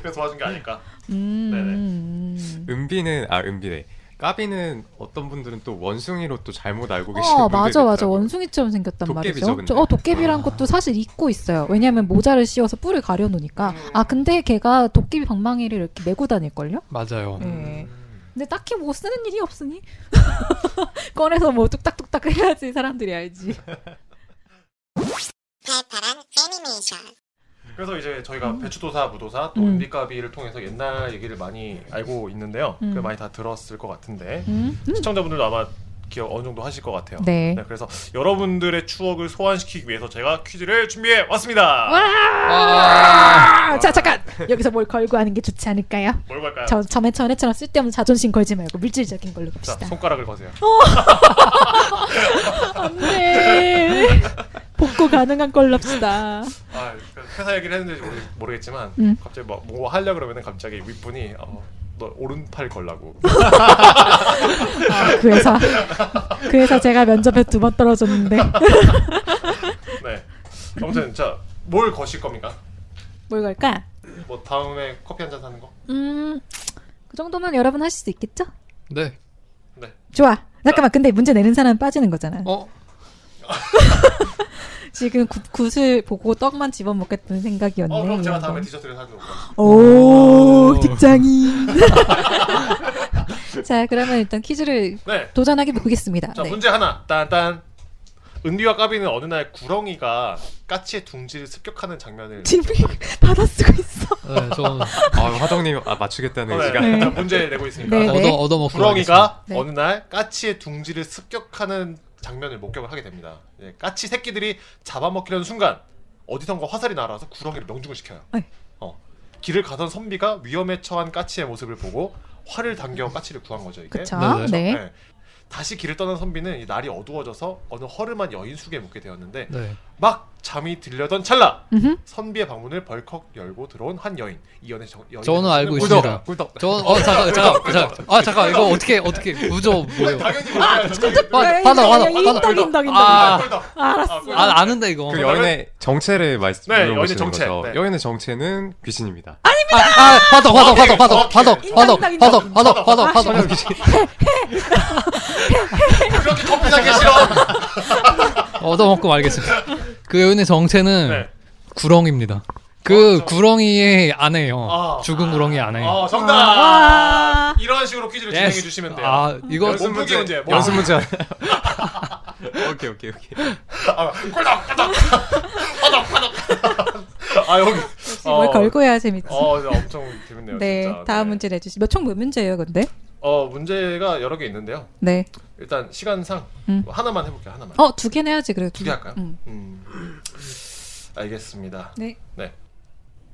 [SPEAKER 1] 그래서 도와준 게 아닐까.
[SPEAKER 2] 음,
[SPEAKER 1] 네네.
[SPEAKER 2] 음.
[SPEAKER 4] 은비는 아 은비네. 까비는 어떤 분들은 또 원숭이로 또 잘못 알고 계시는
[SPEAKER 2] 어
[SPEAKER 4] 분들이
[SPEAKER 2] 맞아 맞아
[SPEAKER 4] 있더라고요.
[SPEAKER 2] 원숭이처럼 생겼단
[SPEAKER 4] 도깨비죠,
[SPEAKER 2] 말이죠.
[SPEAKER 4] 근데.
[SPEAKER 2] 저,
[SPEAKER 4] 아.
[SPEAKER 2] 어 도깨비란 것도 사실 잊고 있어요. 왜냐하면 모자를 씌워서 뿔을
[SPEAKER 4] 음.
[SPEAKER 2] 가려놓으니까 아 근데 걔가 도깨비 방망이를 이렇게 메고 다닐걸요?
[SPEAKER 4] 음.
[SPEAKER 3] 맞아요.
[SPEAKER 2] 네. 근데 딱히 뭐 쓰는 일이 없으니 꺼내서 뭐 뚝딱뚝딱 해야지 사람들이 알지.
[SPEAKER 1] 그래서 이제 저희가 배추도사, 무도사, 또
[SPEAKER 2] 음.
[SPEAKER 1] 은비까비를 통해서 옛날 얘기를 많이 알고 있는데요.
[SPEAKER 2] 음.
[SPEAKER 1] 그 많이 다 들었을 것 같은데
[SPEAKER 2] 음? 음.
[SPEAKER 1] 시청자분들도 아마 기억 어느 정도 하실 것 같아요.
[SPEAKER 2] 네.
[SPEAKER 1] 그래서 여러분들의 추억을 소환시키기 위해서 제가 퀴즈를 준비해 왔습니다.
[SPEAKER 2] 아, 자 잠깐 여기서 뭘 걸고 하는 게 좋지 않을까요?
[SPEAKER 1] 뭘 갈까요?
[SPEAKER 2] 저 저의 전에처럼 쓸데없는 자존심 걸지 말고 물질적인 걸로
[SPEAKER 1] 자,
[SPEAKER 2] 갑시다.
[SPEAKER 1] 손가락을 거세요.
[SPEAKER 2] 네. 복구 가능한 걸로 합시다.
[SPEAKER 1] 아, 그 회사 얘기를 했는지 모르, 모르겠지만
[SPEAKER 2] 음.
[SPEAKER 1] 갑자기 뭐, 뭐 하려 그러면은 갑자기 윗분이 어, 너 오른팔 걸라고.
[SPEAKER 2] 그 회사 그 회사 제가 면접에 두 번 떨어졌는데
[SPEAKER 1] 네. 아무튼 자, 뭘 거실 겁니까?
[SPEAKER 2] 뭘 걸까?
[SPEAKER 1] 뭐 다음에 커피 한 잔 사는 거?
[SPEAKER 2] 음, 그 정도면 여러분 하실 수 있겠죠?
[SPEAKER 3] 네.
[SPEAKER 1] 네.
[SPEAKER 2] 좋아. 잠깐만 근데 문제 내는 사람 은 빠지는 거잖아.
[SPEAKER 3] 어?
[SPEAKER 2] 지금 구, 굿을 보고 떡만 집어 먹겠다는 생각이었네.
[SPEAKER 1] 어, 그럼 제가
[SPEAKER 2] 이런
[SPEAKER 1] 다음에
[SPEAKER 2] 거.
[SPEAKER 1] 디저트를 사는 거.
[SPEAKER 2] 오, 직장인. 자, 그러면 일단 퀴즈를
[SPEAKER 1] 네.
[SPEAKER 2] 도전하게 보겠습니다.
[SPEAKER 1] 자,
[SPEAKER 2] 네.
[SPEAKER 1] 문제 하나. 딴딴. 은비와 까비는 어느 날 구렁이가 까치의 둥지를 습격하는 장면을
[SPEAKER 2] 지금 받아쓰고 있어.
[SPEAKER 3] 네, 저는
[SPEAKER 4] 아 화덕님 아, 맞추겠다는
[SPEAKER 1] 어,
[SPEAKER 4] 의지가.
[SPEAKER 1] 네. 자, 문제 내고 있습니다.
[SPEAKER 2] 네.
[SPEAKER 3] 얻어 얻어먹고
[SPEAKER 1] 구렁이가
[SPEAKER 2] 네.
[SPEAKER 1] 어느 날 까치의 둥지를 습격하는 장면을 목격을 하게 됩니다. 예, 까치 새끼들이 잡아먹히려는 순간 어디선가 화살이 날아와서 구렁이를 명중을 시켜요.
[SPEAKER 2] 어이.
[SPEAKER 1] 어. 길을 가던 선비가 위험에 처한 까치의 모습을 보고 화를 당겨 까치를 구한 거죠. 이게.
[SPEAKER 2] 그쵸?
[SPEAKER 3] 네, 네.
[SPEAKER 2] 네.
[SPEAKER 1] 예. 다시 길을 떠난 선비는 이 날이 어두워져서 어느 허름한 여인숙에 묵게 되었는데
[SPEAKER 3] 네.
[SPEAKER 1] 막 잠이 들려던 찰나
[SPEAKER 2] 음흠.
[SPEAKER 1] 선비의 방문을 벌컥 열고 들어온 한 여인 이 연의 정, 여인
[SPEAKER 3] 저는 알고 있습니다.
[SPEAKER 1] 꿀떡
[SPEAKER 3] 저는 어 잠깐 잠깐 잠깐. 아 잠깐 이거 어떻게 어떻게 무조 뭐예요?
[SPEAKER 1] 당연히 꿀떡 네.
[SPEAKER 3] 받아 받아 받아. 받아. 아,
[SPEAKER 1] 꿀떡
[SPEAKER 2] 알았어.
[SPEAKER 3] 아 아는데 이거.
[SPEAKER 4] 그 여인의 정체를 말씀
[SPEAKER 1] 네, 여인의
[SPEAKER 4] 물어보시는
[SPEAKER 1] 정체.
[SPEAKER 4] 거죠.
[SPEAKER 1] 네.
[SPEAKER 4] 여인의 정체는 귀신입니다.
[SPEAKER 3] 아, 아, 화덕 화덕 화덕
[SPEAKER 1] 어,
[SPEAKER 3] 화덕 화덕
[SPEAKER 2] 인정,
[SPEAKER 3] 화덕
[SPEAKER 2] 인정.
[SPEAKER 3] 화덕 화덕 화덕 화덕.
[SPEAKER 1] 그렇게 커피 사기 싫어
[SPEAKER 2] 아,
[SPEAKER 3] 얻어먹고 말겠습니다. 그 여인의 정체는
[SPEAKER 1] 네.
[SPEAKER 3] 구렁입니다. 그
[SPEAKER 1] 어, 저-
[SPEAKER 3] 구렁이의 아내예요.
[SPEAKER 1] 아.
[SPEAKER 3] 죽은 구렁이 아내.
[SPEAKER 1] 어 정답
[SPEAKER 2] 와.
[SPEAKER 1] 이런 식으로 퀴즈를 진행해 주시면 돼요
[SPEAKER 3] 아 이거
[SPEAKER 1] 연습 몸풀기 문제, 뭐.
[SPEAKER 4] 연습 문제. 아니에요? 오케이 오케이 오케이.
[SPEAKER 1] 아, 꿀떡 꿀떡 화덕 화덕 아 여기
[SPEAKER 2] 뭘 걸고 해야 재밌지.
[SPEAKER 1] 어 이제 엄청 재밌네요
[SPEAKER 2] 네,
[SPEAKER 1] 진짜.
[SPEAKER 2] 다음
[SPEAKER 1] 네.
[SPEAKER 2] 문제 내주시. 몇총 몇 문제예요, 근데?
[SPEAKER 1] 어 문제가 여러 개 있는데요
[SPEAKER 2] 네.
[SPEAKER 1] 일단 시간상
[SPEAKER 2] 음.
[SPEAKER 1] 뭐 하나만 해볼게요 하나만
[SPEAKER 2] 어, 두 개는 해야지 그래요.
[SPEAKER 1] 두 개 할까요?
[SPEAKER 2] 음.
[SPEAKER 1] 음. 알겠습니다.
[SPEAKER 2] 네.
[SPEAKER 1] 네.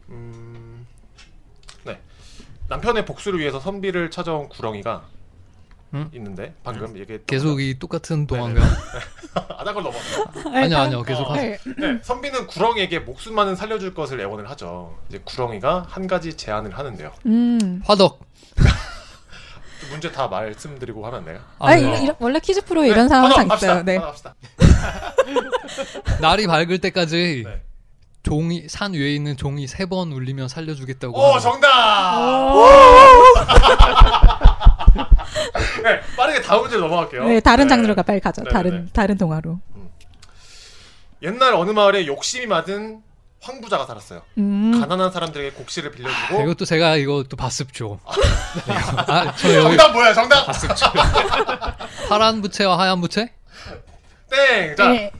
[SPEAKER 1] 음. 네. 남편의 복수를 위해서 선비를 찾아온 구렁이가
[SPEAKER 3] 음?
[SPEAKER 1] 있는데 방금 얘기했던
[SPEAKER 3] 계속 이
[SPEAKER 1] 네.
[SPEAKER 3] 똑같은 동안가요?
[SPEAKER 2] 아,
[SPEAKER 1] 아닥을 넘어.
[SPEAKER 3] 아니요 아니요 계속
[SPEAKER 1] 어.
[SPEAKER 3] 하세요.
[SPEAKER 1] 네. 선비는 구렁이에게 목숨만은 살려줄 것을 애원을 하죠. 이제 구렁이가 한 가지 제안을 하는데요.
[SPEAKER 2] 음.
[SPEAKER 3] 화덕.
[SPEAKER 1] 좀 문제 다 말씀드리고 하면 안 돼요?
[SPEAKER 2] 아,
[SPEAKER 3] 아, 네.
[SPEAKER 2] 이런, 이런- 원래 퀴즈 프로에 이런 상황
[SPEAKER 1] 하나
[SPEAKER 2] 항상
[SPEAKER 1] 합시다. 아,
[SPEAKER 2] 있어요. 네.
[SPEAKER 1] 하나 합시다.
[SPEAKER 3] 날이 밝을 때까지
[SPEAKER 1] 네.
[SPEAKER 3] 종이 산 위에 있는 종이
[SPEAKER 4] 어,
[SPEAKER 3] 세 번 울리면 살려주겠다고.
[SPEAKER 1] 오
[SPEAKER 3] 하는 거.
[SPEAKER 1] 정답. 네, 빠르게 다음 문제로 넘어갈게요.
[SPEAKER 2] 네, 다른
[SPEAKER 1] 네.
[SPEAKER 2] 장르로 가 빨리 가죠.
[SPEAKER 1] 네,
[SPEAKER 2] 다른
[SPEAKER 1] 네, 네.
[SPEAKER 2] 다른 동화로.
[SPEAKER 1] 옛날 어느 마을에 욕심이 많은 황부자가 살았어요.
[SPEAKER 2] 음.
[SPEAKER 1] 가난한 사람들에게 곡식을 빌려주고
[SPEAKER 3] 아, 이것도 제가 이것도 봤습죠. 아, 저 여기
[SPEAKER 1] 정답 뭐야 정답
[SPEAKER 3] 파란 부채와 하얀 부채?
[SPEAKER 1] 땡! 자
[SPEAKER 2] 네.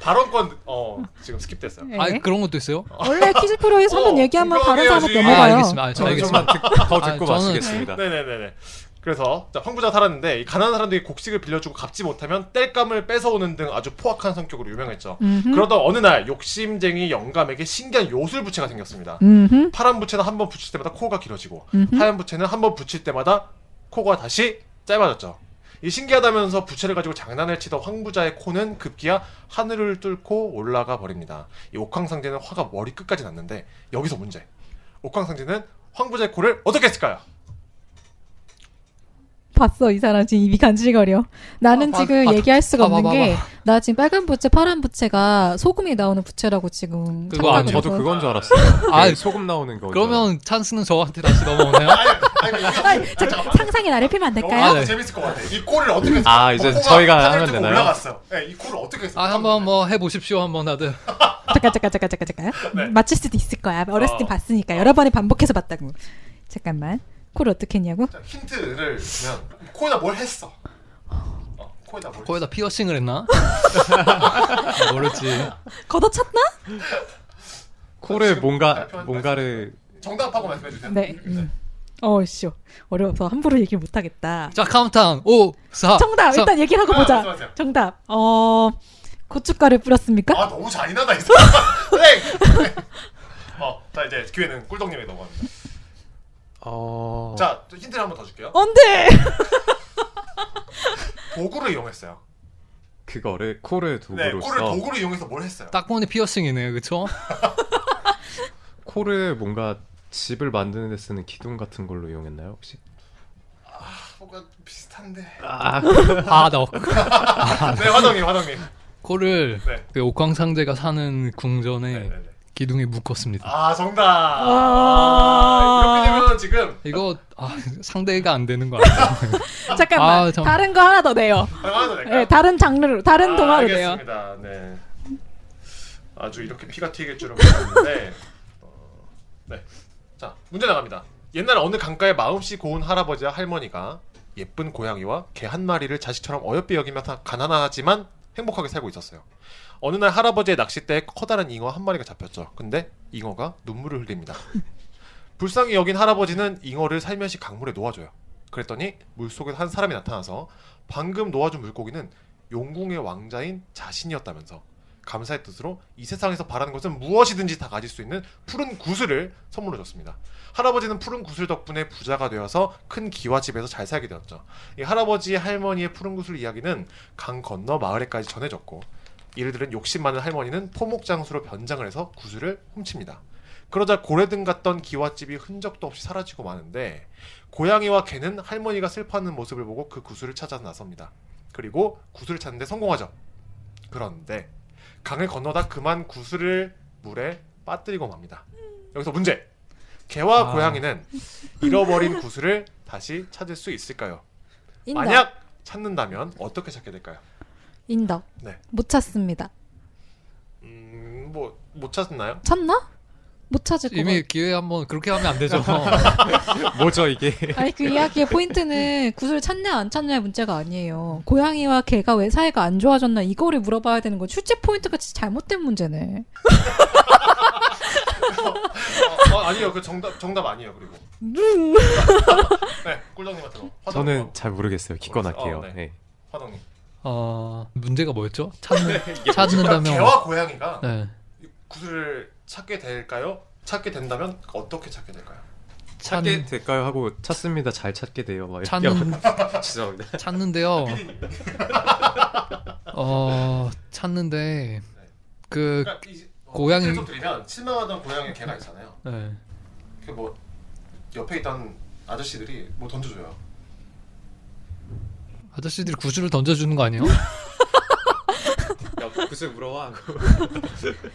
[SPEAKER 1] 발언권 어 지금 스킵됐어요
[SPEAKER 2] 네.
[SPEAKER 3] 아 그런 것도 있어요?
[SPEAKER 2] 원래 퀴즈 프로에서 한번
[SPEAKER 1] 어,
[SPEAKER 2] 얘기하면 다른 사람
[SPEAKER 1] 공평하게 해야지.
[SPEAKER 3] 아
[SPEAKER 2] 넘어가요.
[SPEAKER 3] 알겠습니다. 아, 저
[SPEAKER 4] 저는
[SPEAKER 3] 알겠습니다.
[SPEAKER 4] 좀만 듣- 더
[SPEAKER 3] 아,
[SPEAKER 4] 듣고
[SPEAKER 3] 저는-
[SPEAKER 4] 마치겠습니다.
[SPEAKER 1] 네네네네 그래서 자, 황부자 살았는데 이 가난한 사람들이 곡식을 빌려주고 갚지 못하면 땔감을 뺏어오는 등 아주 포악한 성격으로 유명했죠
[SPEAKER 2] 음흠.
[SPEAKER 1] 그러던 어느 날 욕심쟁이 영감에게 신기한 요술 부채가 생겼습니다
[SPEAKER 2] 음흠.
[SPEAKER 1] 파란 부채는 한 번 붙일 때마다 코가 길어지고
[SPEAKER 2] 음흠.
[SPEAKER 1] 하얀 부채는 한 번 붙일 때마다 코가 다시 짧아졌죠. 이 신기하다면서 부채를 가지고 장난을 치던 황부자의 코는 급기야 하늘을 뚫고 올라가 버립니다. 이 옥황상제는 화가 머리 끝까지 났는데 여기서 문제. 옥황상제는 황부자의 코를 어떻게 했을까요?
[SPEAKER 2] 봤어 이 사람 지금 입이 간질거려. 나는
[SPEAKER 3] 아, 봐-
[SPEAKER 2] 지금
[SPEAKER 3] 봐-
[SPEAKER 2] 얘기할 수가
[SPEAKER 3] 봐- 봐-
[SPEAKER 2] 없는
[SPEAKER 3] 봐-
[SPEAKER 2] 게 나 지금 빨간 부채, 파란 부채가 소금이 나오는 부채라고 지금
[SPEAKER 3] 그거
[SPEAKER 4] 아,
[SPEAKER 3] 아니에요?
[SPEAKER 2] 착각을
[SPEAKER 4] 저도
[SPEAKER 2] 해서.
[SPEAKER 4] 그건 줄 알았어요.
[SPEAKER 3] 아,
[SPEAKER 4] 그 소금 나오는 거.
[SPEAKER 3] 그러면 찬스는 저한테 다시 넘어오네요.
[SPEAKER 2] 아, 잠깐, 상상의 나를 펴면 안 될까요?
[SPEAKER 3] 아,
[SPEAKER 1] 너무
[SPEAKER 3] 네.
[SPEAKER 1] 재밌을 것 같아. 이 코를 어떻게 했을까?
[SPEAKER 4] 아, 이제
[SPEAKER 1] 코가
[SPEAKER 4] 저희가
[SPEAKER 1] 하늘을
[SPEAKER 4] 하면
[SPEAKER 1] 뚫고
[SPEAKER 4] 되나요?
[SPEAKER 1] 올라갔어요. 네, 이 코를 어떻게 했을까?
[SPEAKER 3] 아 한번 뭐 해보십시오 한번 다들.
[SPEAKER 2] 잠깐 잠깐 잠깐 잠깐 잠깐.
[SPEAKER 1] 네.
[SPEAKER 2] 맞출 수도 있을 거야. 어렸을 때
[SPEAKER 1] 어.
[SPEAKER 2] 봤으니까 여러 번에 반복해서 봤다고. 잠깐만. 콜 어떻게 했냐고?
[SPEAKER 1] 자, 힌트를 주면 코에다 뭘 했어? 어, 코에다 뭘? 했어?
[SPEAKER 3] 거기다 피어싱을 했나? 모르지.
[SPEAKER 2] 걷어찼나?
[SPEAKER 4] 코를
[SPEAKER 1] 지금
[SPEAKER 4] 뭔가
[SPEAKER 1] 네, 발표한
[SPEAKER 4] 뭔가를
[SPEAKER 1] 정답하고 말씀해 주세요.
[SPEAKER 2] 네. 음. 어이씨. 어려워서 함부로 얘기를 못 하겠다.
[SPEAKER 3] 자 카운트다운 5, 4,
[SPEAKER 2] 정답. 일단 얘기를 하고
[SPEAKER 1] 아,
[SPEAKER 2] 보자.
[SPEAKER 1] 말씀하세요.
[SPEAKER 2] 정답. 어. 고춧가루 뿌렸습니까?
[SPEAKER 1] 아 너무 잔인하다 이 사람. 네. 어자 이제 기회는 꿀동님에게 넘어갑니다.
[SPEAKER 4] 어.
[SPEAKER 1] 자또 힌트를 한번 더 줄게요.
[SPEAKER 2] 어? 언데.
[SPEAKER 1] 도구를 이용했어요.
[SPEAKER 4] 그거를 코를 도구로서
[SPEAKER 1] 네 코를 도구를 이용해서 뭘 했어요?
[SPEAKER 3] 딱 보니 피어싱이네요, 그렇죠?
[SPEAKER 4] 코를 뭔가 집을 만드는 데 쓰는 기둥 같은 걸로 이용했나요 혹시?
[SPEAKER 2] 아,
[SPEAKER 1] 뭔가 아, 비슷한데.
[SPEAKER 4] 아
[SPEAKER 3] 바덕.
[SPEAKER 1] 네 화정님 화정님.
[SPEAKER 3] 코를
[SPEAKER 1] 네.
[SPEAKER 3] 그 옥황상제가 사는 궁전에
[SPEAKER 1] 네, 네, 네.
[SPEAKER 3] 기둥에 묶었습니다.
[SPEAKER 1] 아 정답. 아, 이렇게 되면 지금
[SPEAKER 3] 이거 아, 상대가 안 되는 거 아니에요?
[SPEAKER 2] 잠깐만.
[SPEAKER 3] 아, 참.
[SPEAKER 2] 다른 거 하나 더 내요.
[SPEAKER 1] 하나 더
[SPEAKER 2] 네,
[SPEAKER 1] 될까요?
[SPEAKER 2] 다른 장르로, 다른
[SPEAKER 1] 아,
[SPEAKER 2] 동화로 내요.
[SPEAKER 1] 알겠습니다. 네. 아주 이렇게 피가 튀길 줄은 몰랐는데. 어, 네. 자, 문제 나갑니다. 옛날 어느 강가에 마음씨 고운 할아버지와 할머니가 예쁜 고양이와 개 한 마리를 자식처럼 어여삐 여기며 다 가난하지만 행복하게 살고 있었어요. 어느 날 할아버지의 낚싯대에 커다란 잉어 한 마리가 잡혔죠. 근데 잉어가 눈물을 흘립니다. 불쌍히 여긴 할아버지는 잉어를 살며시 강물에 놓아줘요. 그랬더니 물속에서 한 사람이 나타나서 방금 놓아준 물고기는 용궁의 왕자인 자신이었다면서 감사의 뜻으로 이 세상에서 바라는 것은 무엇이든지 다 가질 수 있는 푸른 구슬을 선물로 줬습니다. 할아버지는 푸른 구슬 덕분에 부자가 되어서 큰 기와 집에서 잘 살게 되었죠. 이 할아버지 할머니의 푸른 구슬 이야기는 강 건너 마을에까지 전해졌고 이를 들은 욕심 많은 할머니는 포목장수로 변장을 해서 구슬을 훔칩니다. 그러자 고래등 같던 기와집이 흔적도 없이 사라지고 마는데 고양이와 개는 할머니가 슬퍼하는 모습을 보고 그 구슬을 찾아 나섭니다. 그리고 구슬을 찾는데 성공하죠. 그런데 강을 건너다 그만 구슬을 물에 빠뜨리고 맙니다. 여기서 문제. 개와
[SPEAKER 3] 아.
[SPEAKER 1] 고양이는 잃어버린 구슬을 다시 찾을 수 있을까요?
[SPEAKER 2] 인덕.
[SPEAKER 1] 만약 찾는다면 어떻게 찾게 될까요?
[SPEAKER 2] 인덕.
[SPEAKER 1] 네.
[SPEAKER 2] 못 찾습니다.
[SPEAKER 1] 음, 뭐 못 찾나요?
[SPEAKER 2] 찾나? 못 찾을 거
[SPEAKER 3] 이미 기회 한번 그렇게 하면 안 되죠.
[SPEAKER 4] 뭐죠 이게?
[SPEAKER 2] 아니 그 이야기의 포인트는 구슬 찾냐 안 찾냐의 문제가 아니에요. 고양이와 개가 왜 사이가 안 좋아졌나 이거를 물어봐야 되는 건 출제 포인트가 진짜 잘못된 문제네.
[SPEAKER 1] 어, 어, 아니요. 그 정답 정답 아니에요. 그리고. 네. 꿀정님한테 넘어. 화덕
[SPEAKER 4] 저는
[SPEAKER 1] 넘어.
[SPEAKER 2] 뭐.
[SPEAKER 4] 잘 모르겠어요. 기권할게요.
[SPEAKER 1] 어, 네.
[SPEAKER 4] 네.
[SPEAKER 1] 화덕님.
[SPEAKER 3] 어, 문제가 뭐였죠? 찾는
[SPEAKER 1] 그러니까
[SPEAKER 3] 찾는다면
[SPEAKER 1] 개와 고양이가
[SPEAKER 3] 네.
[SPEAKER 1] 구슬을 찾게 될까요? 찾게 된다면 어떻게 찾게 될까요?
[SPEAKER 4] 찾게
[SPEAKER 3] 찾는
[SPEAKER 4] 될까요 하고 찾습니다. 잘 찾게 돼요. 막 이렇게 하고.
[SPEAKER 3] 찾는
[SPEAKER 4] 죄송합니다.
[SPEAKER 3] 찾는데요. 어, 찾는데 그
[SPEAKER 1] 그러니까 이, 어,
[SPEAKER 3] 고양이-
[SPEAKER 1] 힌트를 좀 드리면 실망하던 고양이 개가 있잖아요.
[SPEAKER 3] 네.
[SPEAKER 1] 그 뭐 옆에 있던 아저씨들이 뭐 던져줘요.
[SPEAKER 3] 아저씨들이 구슬을 던져주는 거 아니에요?
[SPEAKER 4] 야 구슬 물어와. 하고.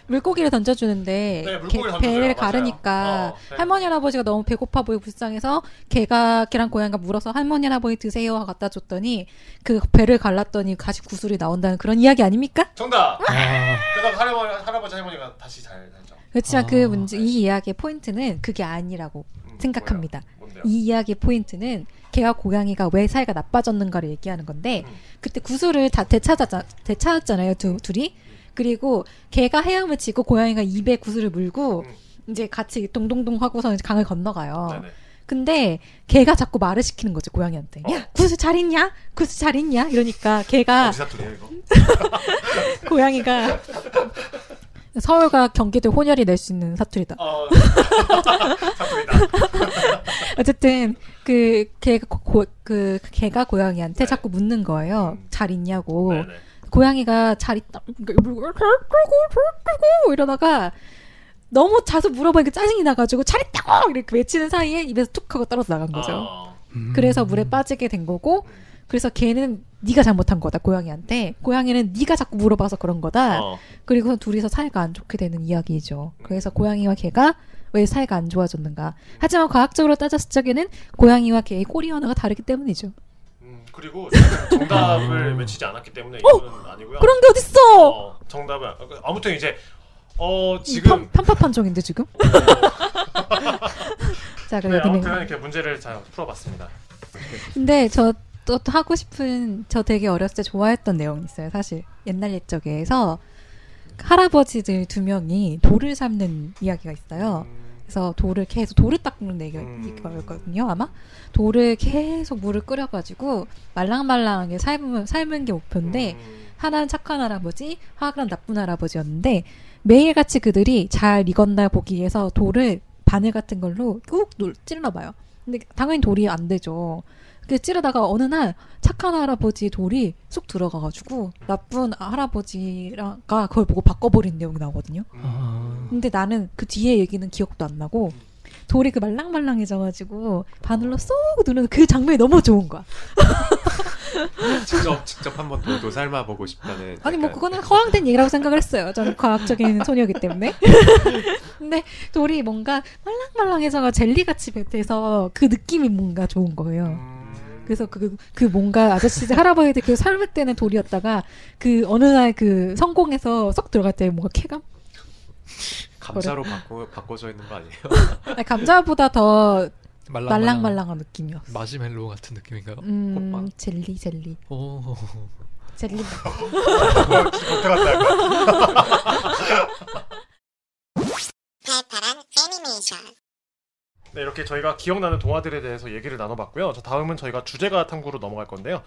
[SPEAKER 2] 물고기를 던져주는데
[SPEAKER 1] 네, 물고기를
[SPEAKER 2] 개-
[SPEAKER 1] 던져줘요.
[SPEAKER 2] 배를
[SPEAKER 1] 맞아요.
[SPEAKER 2] 가르니까
[SPEAKER 1] 어, 네.
[SPEAKER 2] 할머니 할아버지가 너무 배고파 보이고 불쌍해서 개가 개랑 고양이가 물어서 할머니 할아버지 드세요 하고 갖다 줬더니 그 배를 갈랐더니 가시 구슬이 나온다는 그런 이야기 아닙니까?
[SPEAKER 1] 정답.
[SPEAKER 3] 아,
[SPEAKER 1] 그다음 할아버지, 할아버지 할머니가 다시 잘 음, 살죠.
[SPEAKER 2] 그렇지만
[SPEAKER 3] 아,
[SPEAKER 2] 그 문제 이 이야기의 포인트는 그게 아니라고
[SPEAKER 1] 네. 음,
[SPEAKER 2] 생각합니다.
[SPEAKER 1] 뭐예요? 뭔데요?
[SPEAKER 2] 이 이야기의 포인트는 개와 고양이가 왜 사이가 나빠졌는가를 얘기하는 건데
[SPEAKER 1] 음.
[SPEAKER 2] 그때 구슬을 다 되찾았자, 되찾았잖아요 두, 둘이 그리고 개가 해양을 지고 고양이가 입에 구슬을 물고
[SPEAKER 1] 음.
[SPEAKER 2] 이제 같이 동동동 하고서 이제 강을 건너가요
[SPEAKER 1] 네네.
[SPEAKER 2] 근데 개가 자꾸 말을 시키는 거지 고양이한테
[SPEAKER 1] 어.
[SPEAKER 2] 야 구슬 잘 있냐 구슬 잘 있냐 이러니까 개가
[SPEAKER 1] 어디 사투리예요 이거? 어.
[SPEAKER 2] 고양이가 서울과 경기도 혼혈이 낼 수 있는 사투리다
[SPEAKER 1] 어,
[SPEAKER 2] 어쨌든 그 개가 고- 고, 그 개가 고양이한테
[SPEAKER 1] 네.
[SPEAKER 2] 자꾸 묻는 거예요.
[SPEAKER 1] 음.
[SPEAKER 2] 잘 있냐고.
[SPEAKER 1] 네네.
[SPEAKER 2] 고양이가 잘 있다. 그러니까 물고 잘 있다고, 잘 있다고 이러다가 너무 자주 물어보니까 짜증이 나가지고 잘 있다고 이렇게 외치는 사이에 입에서 툭 하고 떨어져 나간 거죠.
[SPEAKER 1] 어,
[SPEAKER 3] 음.
[SPEAKER 2] 그래서 물에 빠지게 된 거고. 그래서 개는 네가 잘못한 거다 고양이한테 고양이는 네가 자꾸 물어봐서 그런 거다
[SPEAKER 1] 어.
[SPEAKER 2] 그리고 둘이서 사이가 안 좋게 되는 이야기이죠. 그래서 고양이와 개가 왜 사이가 안 좋아졌는가. 하지만 과학적으로 따졌을 적에는 고양이와 개의 꼬리 하나가 다르기 때문이죠.
[SPEAKER 1] 음, 그리고 정답을 외치지 않았기 때문에 이건 아니고요.
[SPEAKER 2] 어? 그런 게 어딨어!
[SPEAKER 1] 어, 정답은 아무튼 이제 어
[SPEAKER 2] 편
[SPEAKER 1] 지금
[SPEAKER 2] 편파 판정인데 지금? 자 그럼
[SPEAKER 1] 네,
[SPEAKER 2] 여기는
[SPEAKER 1] 아무튼 이렇게 문제를 잘 풀어봤습니다.
[SPEAKER 2] 근데 저 또 하고 싶은 저 되게 어렸을 때 좋아했던 내용이 있어요. 사실 옛날 옛적에서 할아버지들 두 명이 돌을 삶는 이야기가 있어요. 그래서 돌을 계속 돌을 닦는 얘기가거든요 아마 돌을 계속 물을 끓여가지고 말랑말랑하게 삶은 삶은 게 목표인데
[SPEAKER 1] 음,
[SPEAKER 2] 하나는 착한 할아버지, 하나는 나쁜 할아버지였는데 매일같이 그들이 잘 익었나 보기 위해서 돌을 바늘 같은 걸로 꾹 눌- 찔러봐요. 근데 당연히 돌이 안 되죠. 그 찌르다가 어느 날 착한 할아버지 돌이 쑥 들어가가지고 나쁜 할아버지가 그걸 보고 바꿔버린 내용이 나오거든요.
[SPEAKER 3] 아,
[SPEAKER 2] 근데 나는 그 뒤에 얘기는 기억도 안 나고 돌이 그 말랑말랑해져가지고 바늘로 쏙 누르는 그 장면이 너무 좋은 거야.
[SPEAKER 4] 직접 직접 한번 돌도 삶아보고 싶다는.
[SPEAKER 2] 아니 뭐
[SPEAKER 4] 약간-
[SPEAKER 2] 그거는 허황된 얘기라고 생각을 했어요. 저는 과학적인 소녀이기 때문에. 근데 돌이 뭔가 말랑말랑해서 젤리같이 뱉어서 그 느낌이 뭔가 좋은 거예요.
[SPEAKER 1] 음,
[SPEAKER 2] 그래서 그, 그 뭔가 아저씨들 할아버지들 그 삶을 때는 돌이었다가 그 어느 날 그 성공해서 쏙 들어갈 때 뭔가 쾌감?
[SPEAKER 4] 감자로 바꿔 바꿔져 있는 거 아니에요?
[SPEAKER 2] 아니, 감자보다 더
[SPEAKER 3] 말랑말랑.
[SPEAKER 2] 말랑말랑한 느낌이었어.
[SPEAKER 3] 마시멜로 같은 느낌인가요?
[SPEAKER 2] 음, 젤리, 젤리.
[SPEAKER 3] 오.
[SPEAKER 1] 어,
[SPEAKER 2] 젤리.
[SPEAKER 1] 네 이렇게 저희가 기억나는 동화들에 대해서 얘기를 나눠봤고요. 저 다음은 저희가 주제가 탐구로 넘어갈 건데요.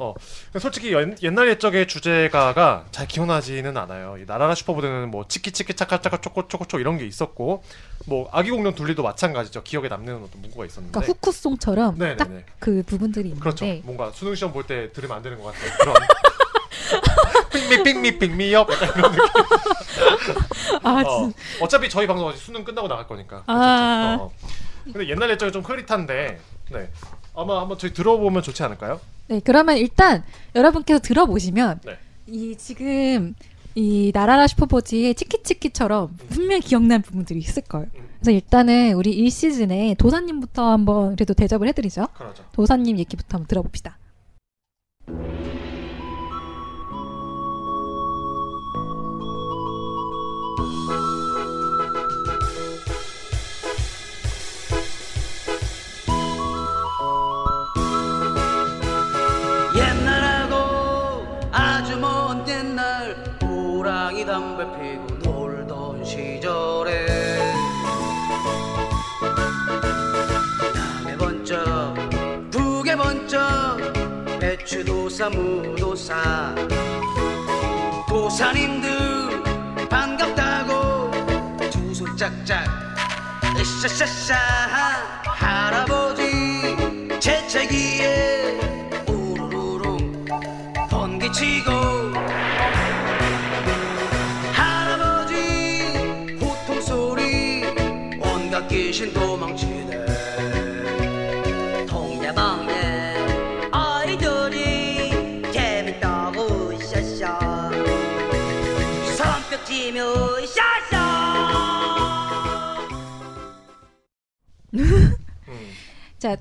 [SPEAKER 1] 어 솔직히 연- 옛날 옛적의 주제가가 잘 기억나지는 않아요. 이 나라라 슈퍼보드는 뭐 치키 치키 차카 차카 초코 초코 초 이런 게 있었고 뭐 아기 공룡 둘리도 마찬가지죠. 기억에 남는 어떤 문구가 있었는데.
[SPEAKER 2] 그러니까 후쿠송처럼
[SPEAKER 1] 네. 네네네.
[SPEAKER 2] 딱 그 부분들이 있는데
[SPEAKER 1] 그렇죠. 뭔가 수능 시험 볼 때 들으면 안 되는 것 같아요. 그런 삑미 삑미 삑미엽 약간 이런 느낌.
[SPEAKER 2] 아,
[SPEAKER 1] 어.
[SPEAKER 2] 진-
[SPEAKER 1] 어차피 저희 방송 아직 수능 끝나고 나갈 거니까.
[SPEAKER 2] 아.
[SPEAKER 1] 괜찮죠? 어. 근데 옛날 예적이 좀 흐릿한데. 네. 아마 한번 저희 들어보면 좋지 않을까요?
[SPEAKER 2] 네, 그러면 일단 여러분께서 들어보시면
[SPEAKER 1] 네.
[SPEAKER 2] 이 지금 이 나라라 슈퍼보지의 치키치키처럼
[SPEAKER 1] 음.
[SPEAKER 2] 분명 기억난 부분들이 있을 거예요. 그래서 일단은 우리 1시즌에 도사님부터 한번 그래도 대접을 해드리죠.
[SPEAKER 1] 그러죠.
[SPEAKER 2] 도사님 얘기부터 한번 들어봅시다.
[SPEAKER 8] 옛날하고 아주 먼 옛날 호랑이 담배 피고 놀던 시절에 남해 번쩍 북에 번쩍 배추도 사무도 사 도사님들 반갑다고 두 손 짝짝 으쌰쌰쌰 할아버지 재채기에 우르르릉 번개치고 할아버지 호통소리 온갖 귀신 도망치네 동네방네 아이들이 재밌다고 으쌰쌰 삼벽 지며
[SPEAKER 2] 자,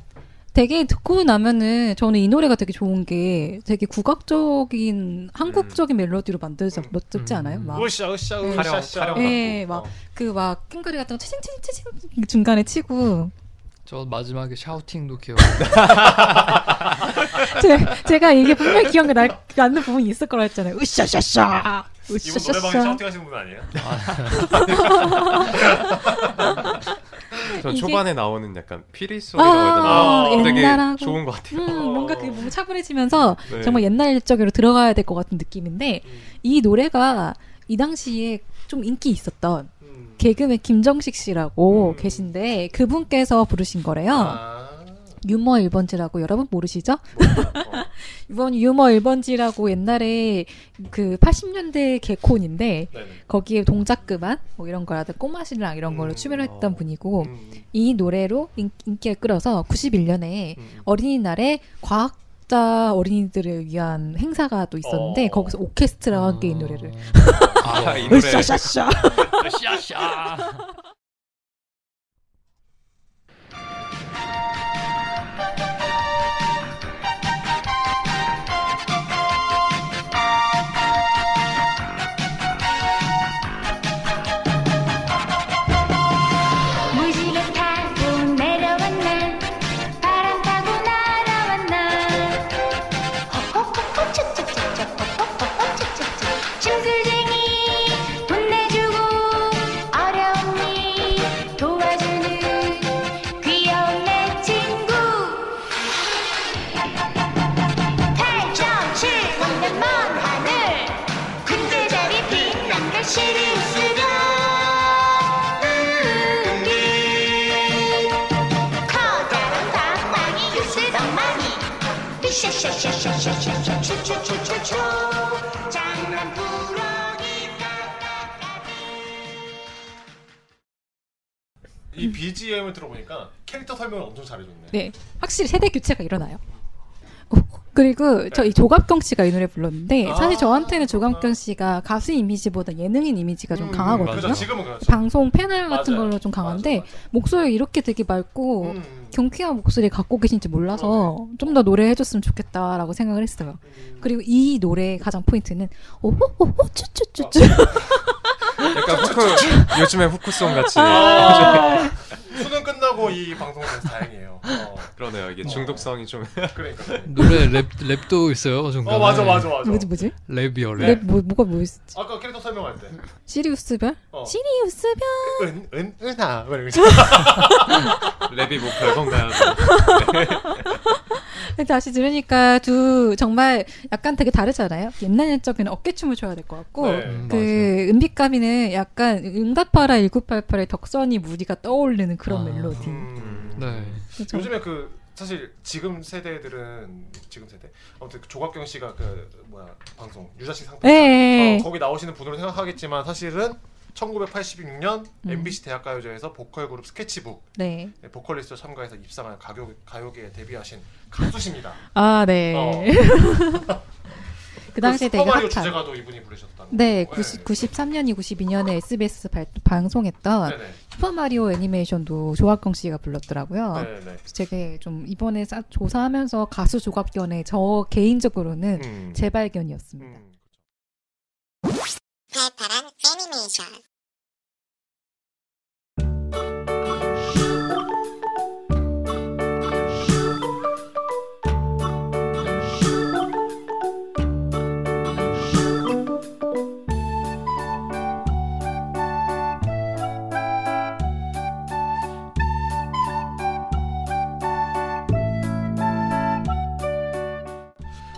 [SPEAKER 2] 되게 듣고 나면은 저는 이 노래가 되게 좋은 게 되게 국악적인 한국적인
[SPEAKER 1] 음.
[SPEAKER 2] 멜로디로 만들지 만들지 않아요? 막
[SPEAKER 1] 으쌰 으쌰
[SPEAKER 2] 음.
[SPEAKER 1] 으쌰
[SPEAKER 4] 타령
[SPEAKER 1] 으쌰
[SPEAKER 4] 타령
[SPEAKER 2] 예,
[SPEAKER 4] 같고.
[SPEAKER 2] 막.
[SPEAKER 4] 어.
[SPEAKER 2] 그 막 캥거리 같은 거 치징치징 치징 중간에 치고
[SPEAKER 3] 저 마지막에 샤우팅도 기억나요.
[SPEAKER 2] 제, 제가 이게 분명히 기억이 날, 남는 부분이 있을 거라 했잖아요. 으쌰샤샤.
[SPEAKER 1] 이분 노래방에
[SPEAKER 2] 으쌰샤샤. 네.
[SPEAKER 1] 샤우팅 하시는 분 아니에요?
[SPEAKER 2] 아,
[SPEAKER 4] 전
[SPEAKER 2] 이게-
[SPEAKER 4] 초반에 나오는 약간 피리 소리라고 해야
[SPEAKER 1] 아,
[SPEAKER 4] 되나? 되게
[SPEAKER 2] 옛날하고.
[SPEAKER 4] 좋은 것 같아요.
[SPEAKER 2] 음, 뭔가 그게
[SPEAKER 1] 어.
[SPEAKER 2] 뭔가 차분해지면서
[SPEAKER 4] 네.
[SPEAKER 2] 정말 옛날적으로 들어가야 될 것 같은 느낌인데
[SPEAKER 1] 음.
[SPEAKER 2] 이 노래가 이 당시에 좀 인기 있었던 개그맨 김정식 씨라고 계신데 그분께서 부르신 거래요.
[SPEAKER 1] 음. 아.
[SPEAKER 2] 유머 1번지라고 여러분 모르시죠?
[SPEAKER 1] 뭐, 어,
[SPEAKER 2] 이번 유머 1번지라고 옛날에 그 80년대 개콘인데
[SPEAKER 1] 네네.
[SPEAKER 2] 거기에 동작 그만 뭐 이런 거라든 꼬마 신랑 이런 걸로
[SPEAKER 4] 음,
[SPEAKER 2] 출연했던
[SPEAKER 4] 어.
[SPEAKER 2] 분이고
[SPEAKER 4] 음.
[SPEAKER 2] 이 노래로 인, 기를 끌어서 91년에
[SPEAKER 4] 음.
[SPEAKER 2] 어린이날에 과학자 어린이들을 위한 행사가 또 있었는데
[SPEAKER 1] 어.
[SPEAKER 2] 거기서 오케스트라와 함께 이 노래를
[SPEAKER 3] 음. 어.
[SPEAKER 4] 아, 이 노래.
[SPEAKER 2] 으쌰샤샤
[SPEAKER 9] 무지개 타고 내려왔나 바람 타고 날아왔나 호호호호 쭈쭈쭈쭈 호호호호 쭈쭈쭈 짐술쟁이 혼내주고 어려운 일 도와주는 귀여운 내 친구 팔점칠 넘는 먼 하늘 군대자리 빛난 걸 시리우스가 은길 커다란 방망이 유슬 방망이 삐샤샤샤샤샤샤샤샤샤샤 장난꾸러기
[SPEAKER 1] 이 BGM을 들어보니까 캐릭터 설명을 엄청 잘해줬네.
[SPEAKER 2] 네 확실히 세대 교체가 일어나요. 어, 그리고 저 이 조갑경 씨가 이 노래 불렀는데 사실 저한테는 조갑경 씨가 가수 이미지보다 예능인 이미지가 좀 강하거든요.
[SPEAKER 1] 그렇죠. 지금은 그렇죠.
[SPEAKER 2] 방송 패널 같은
[SPEAKER 1] 맞아요.
[SPEAKER 2] 걸로 좀
[SPEAKER 1] 맞아요,
[SPEAKER 2] 강한데 뭐
[SPEAKER 1] 맞아요.
[SPEAKER 2] 목소리 이렇게 되게 맑고
[SPEAKER 1] 음.
[SPEAKER 2] 경쾌한 목소리 갖고 계신지 몰라서 좀 더 노래 해줬으면 좋겠다라고 생각을 했어요.
[SPEAKER 1] 음.
[SPEAKER 2] 그리고 이 노래의 가장 포인트는
[SPEAKER 1] 어,
[SPEAKER 2] 오호호호 쭈쭈쭈쭈
[SPEAKER 4] 약간 후크 요즘에 후크송 같이
[SPEAKER 1] 아, 수능 끝나고 이 방송을 해서 다행이에요. 어,
[SPEAKER 4] 그러네요. 이게 중독성이 좀
[SPEAKER 1] 그러니까.
[SPEAKER 3] 노래 랩 랩도 있어요. 중간에.
[SPEAKER 1] 어 맞아 맞아 맞아.
[SPEAKER 2] 뭐지 뭐지?
[SPEAKER 3] 랩이요 랩.
[SPEAKER 1] 네.
[SPEAKER 2] 랩 뭐, 뭐가 뭐였지?
[SPEAKER 1] 아까 캐릭터 설명할 때.
[SPEAKER 2] 시리우스별?
[SPEAKER 1] 어.
[SPEAKER 2] 시리우스별
[SPEAKER 1] 그 은, 은, 은하. 막 이러면서.
[SPEAKER 4] 랩이 뭐 별건가요?
[SPEAKER 2] 다시 들으니까 두 정말 약간 되게 다르잖아요. 옛날 옛적에는 어깨춤을 춰야 될 것 같고
[SPEAKER 1] 네.
[SPEAKER 3] 음, 맞아.
[SPEAKER 2] 그 은빛감이는 약간 응답하라 1988의 덕선이 무디가 떠오르는 그런
[SPEAKER 3] 아.
[SPEAKER 2] 멜로디.
[SPEAKER 1] 음.
[SPEAKER 3] 네.
[SPEAKER 2] 그래서
[SPEAKER 1] 요즘에 그 사실 지금 세대들은 지금 세대 아무튼 그 조각경 씨가 그 뭐야 방송 유자식 상품
[SPEAKER 2] 예, 예.
[SPEAKER 1] 어, 거기 나오시는 분으로 생각하겠지만 사실은 1986년
[SPEAKER 2] 음.
[SPEAKER 1] MBC 대학가요제에서 보컬 그룹 스케치북
[SPEAKER 2] 네.
[SPEAKER 1] 네, 보컬리스트 참가해서 입상한 가요, 가요계에 데뷔하신 가수십니다.
[SPEAKER 2] 아, 네.
[SPEAKER 1] 어.
[SPEAKER 2] 그 당시에 되게
[SPEAKER 1] 슈퍼마리오
[SPEAKER 2] 핫한.
[SPEAKER 1] 주제가도 이분이 부르셨다는
[SPEAKER 2] 네,
[SPEAKER 1] 거고. 네.
[SPEAKER 2] 90, 93년, 92년에 SBS 발, 방송했던
[SPEAKER 1] 네네.
[SPEAKER 2] 슈퍼마리오 애니메이션도 조학경 씨가 불렀더라고요.
[SPEAKER 1] 네네.
[SPEAKER 2] 그래서 되게 좀 이번에 싸, 조사하면서 가수 조각견의 저 개인적으로는
[SPEAKER 1] 음.
[SPEAKER 2] 재발견이었습니다.
[SPEAKER 1] 음.
[SPEAKER 9] 발달한 애니메이션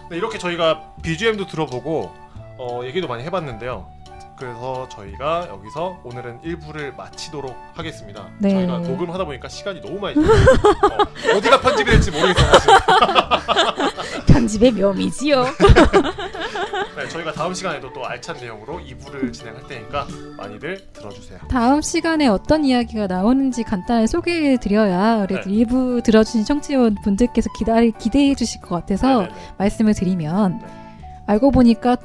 [SPEAKER 1] 네, 이렇게 저희가 BGM도 들어보고 어, 얘기도 많이 해봤는데요. 그래서 저희가 여기서 오늘은 1부를 마치도록 하겠습니다.
[SPEAKER 2] 네.
[SPEAKER 1] 저희가 녹음하다 보니까 시간이 너무 많이 들어요. 어, 어디가 편집이 될지 모르겠어요. 사실.
[SPEAKER 2] 편집의 묘미지요.
[SPEAKER 1] 네, 저희가 다음 시간에도 또 알찬 내용으로 2부를 진행할 테니까 많이들 들어주세요.
[SPEAKER 2] 다음 시간에 어떤 이야기가 나오는지 간단히 소개해 드려야 그래도
[SPEAKER 1] 네.
[SPEAKER 2] 일부 들어주신 청취원 분들께서 기다리
[SPEAKER 1] 네,
[SPEAKER 2] 기대해 주실 것 같아서
[SPEAKER 1] 네네네.
[SPEAKER 2] 말씀을 드리면
[SPEAKER 1] 네.
[SPEAKER 2] 알고 보니까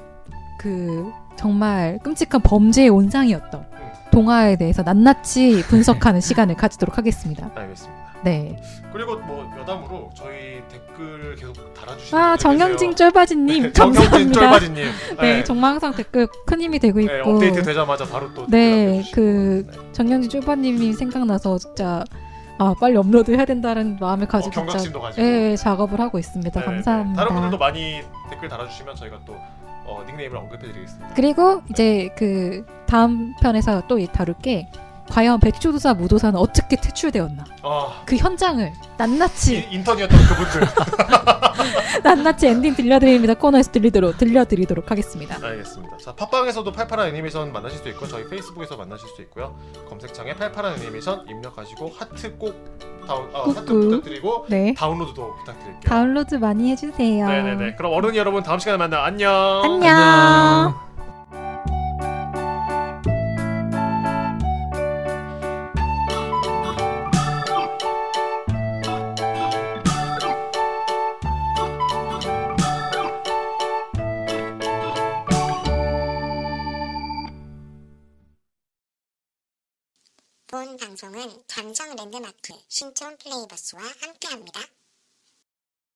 [SPEAKER 2] 그 정말 끔찍한 범죄의 온상이었던 동화에 대해서 낱낱이 분석하는 시간을 가지도록 하겠습니다.
[SPEAKER 1] 알겠습니다.
[SPEAKER 2] 네.
[SPEAKER 1] 그리고 뭐 여담으로 저희 댓글 계속 달아주시는
[SPEAKER 2] 아,
[SPEAKER 1] 분들
[SPEAKER 2] 정영진
[SPEAKER 1] 계세요.
[SPEAKER 2] 쫄바지님
[SPEAKER 1] 네, 정영진
[SPEAKER 2] 감사합니다.
[SPEAKER 1] 쫄바지님.
[SPEAKER 2] 네, 정말 항상 댓글 큰 힘이 되고
[SPEAKER 1] 네,
[SPEAKER 2] 있고.
[SPEAKER 1] 업데이트 되자마자 바로 또
[SPEAKER 2] 네,
[SPEAKER 1] 댓글
[SPEAKER 2] 그
[SPEAKER 1] 남겨주시고. 어,
[SPEAKER 2] 정영진 쫄바님이 생각나서 진짜 아 빨리 업로드해야 된다는 마음을
[SPEAKER 1] 어,
[SPEAKER 2] 가지고 진짜
[SPEAKER 1] 경각심도 가지고.
[SPEAKER 2] 예, 예, 작업을 하고 있습니다.
[SPEAKER 1] 네,
[SPEAKER 2] 감사합니다.
[SPEAKER 1] 다른 분들도 많이 댓글 달아주시면 저희가 또 어, 닉네임을 언급해드리겠습니다.
[SPEAKER 2] 그리고 이제 그 다음 편에서 또 다룰 게 과연 백조도사 무도사는 어떻게 퇴출되었나
[SPEAKER 1] 아,
[SPEAKER 2] 그 현장을 낱낱이
[SPEAKER 1] 이- 인턴이었던 그분들. 아,
[SPEAKER 2] 낱낱이 엔딩 들려드립니다 코너에서 들리도록 들려드리도록 하겠습니다.
[SPEAKER 1] 알겠습니다. 자, 팟빵에서도 팔팔한 애니메이션 만나실 수 있고 저희 페이스북에서 만나실 수 있고요. 검색창에 팔팔한 애니메이션 입력하시고 하트 꼭 다운 어, 하트
[SPEAKER 2] 꾹꾹.
[SPEAKER 1] 부탁드리고
[SPEAKER 2] 네
[SPEAKER 1] 다운로드도 부탁드릴게요.
[SPEAKER 2] 다운로드 많이 해주세요.
[SPEAKER 1] 네네네. 그럼 어른이 여러분 다음 시간에 만나 안녕.
[SPEAKER 2] 안녕.
[SPEAKER 9] 본 방송은 감성 랜드마크 신촌 플레이버스와 함께합니다.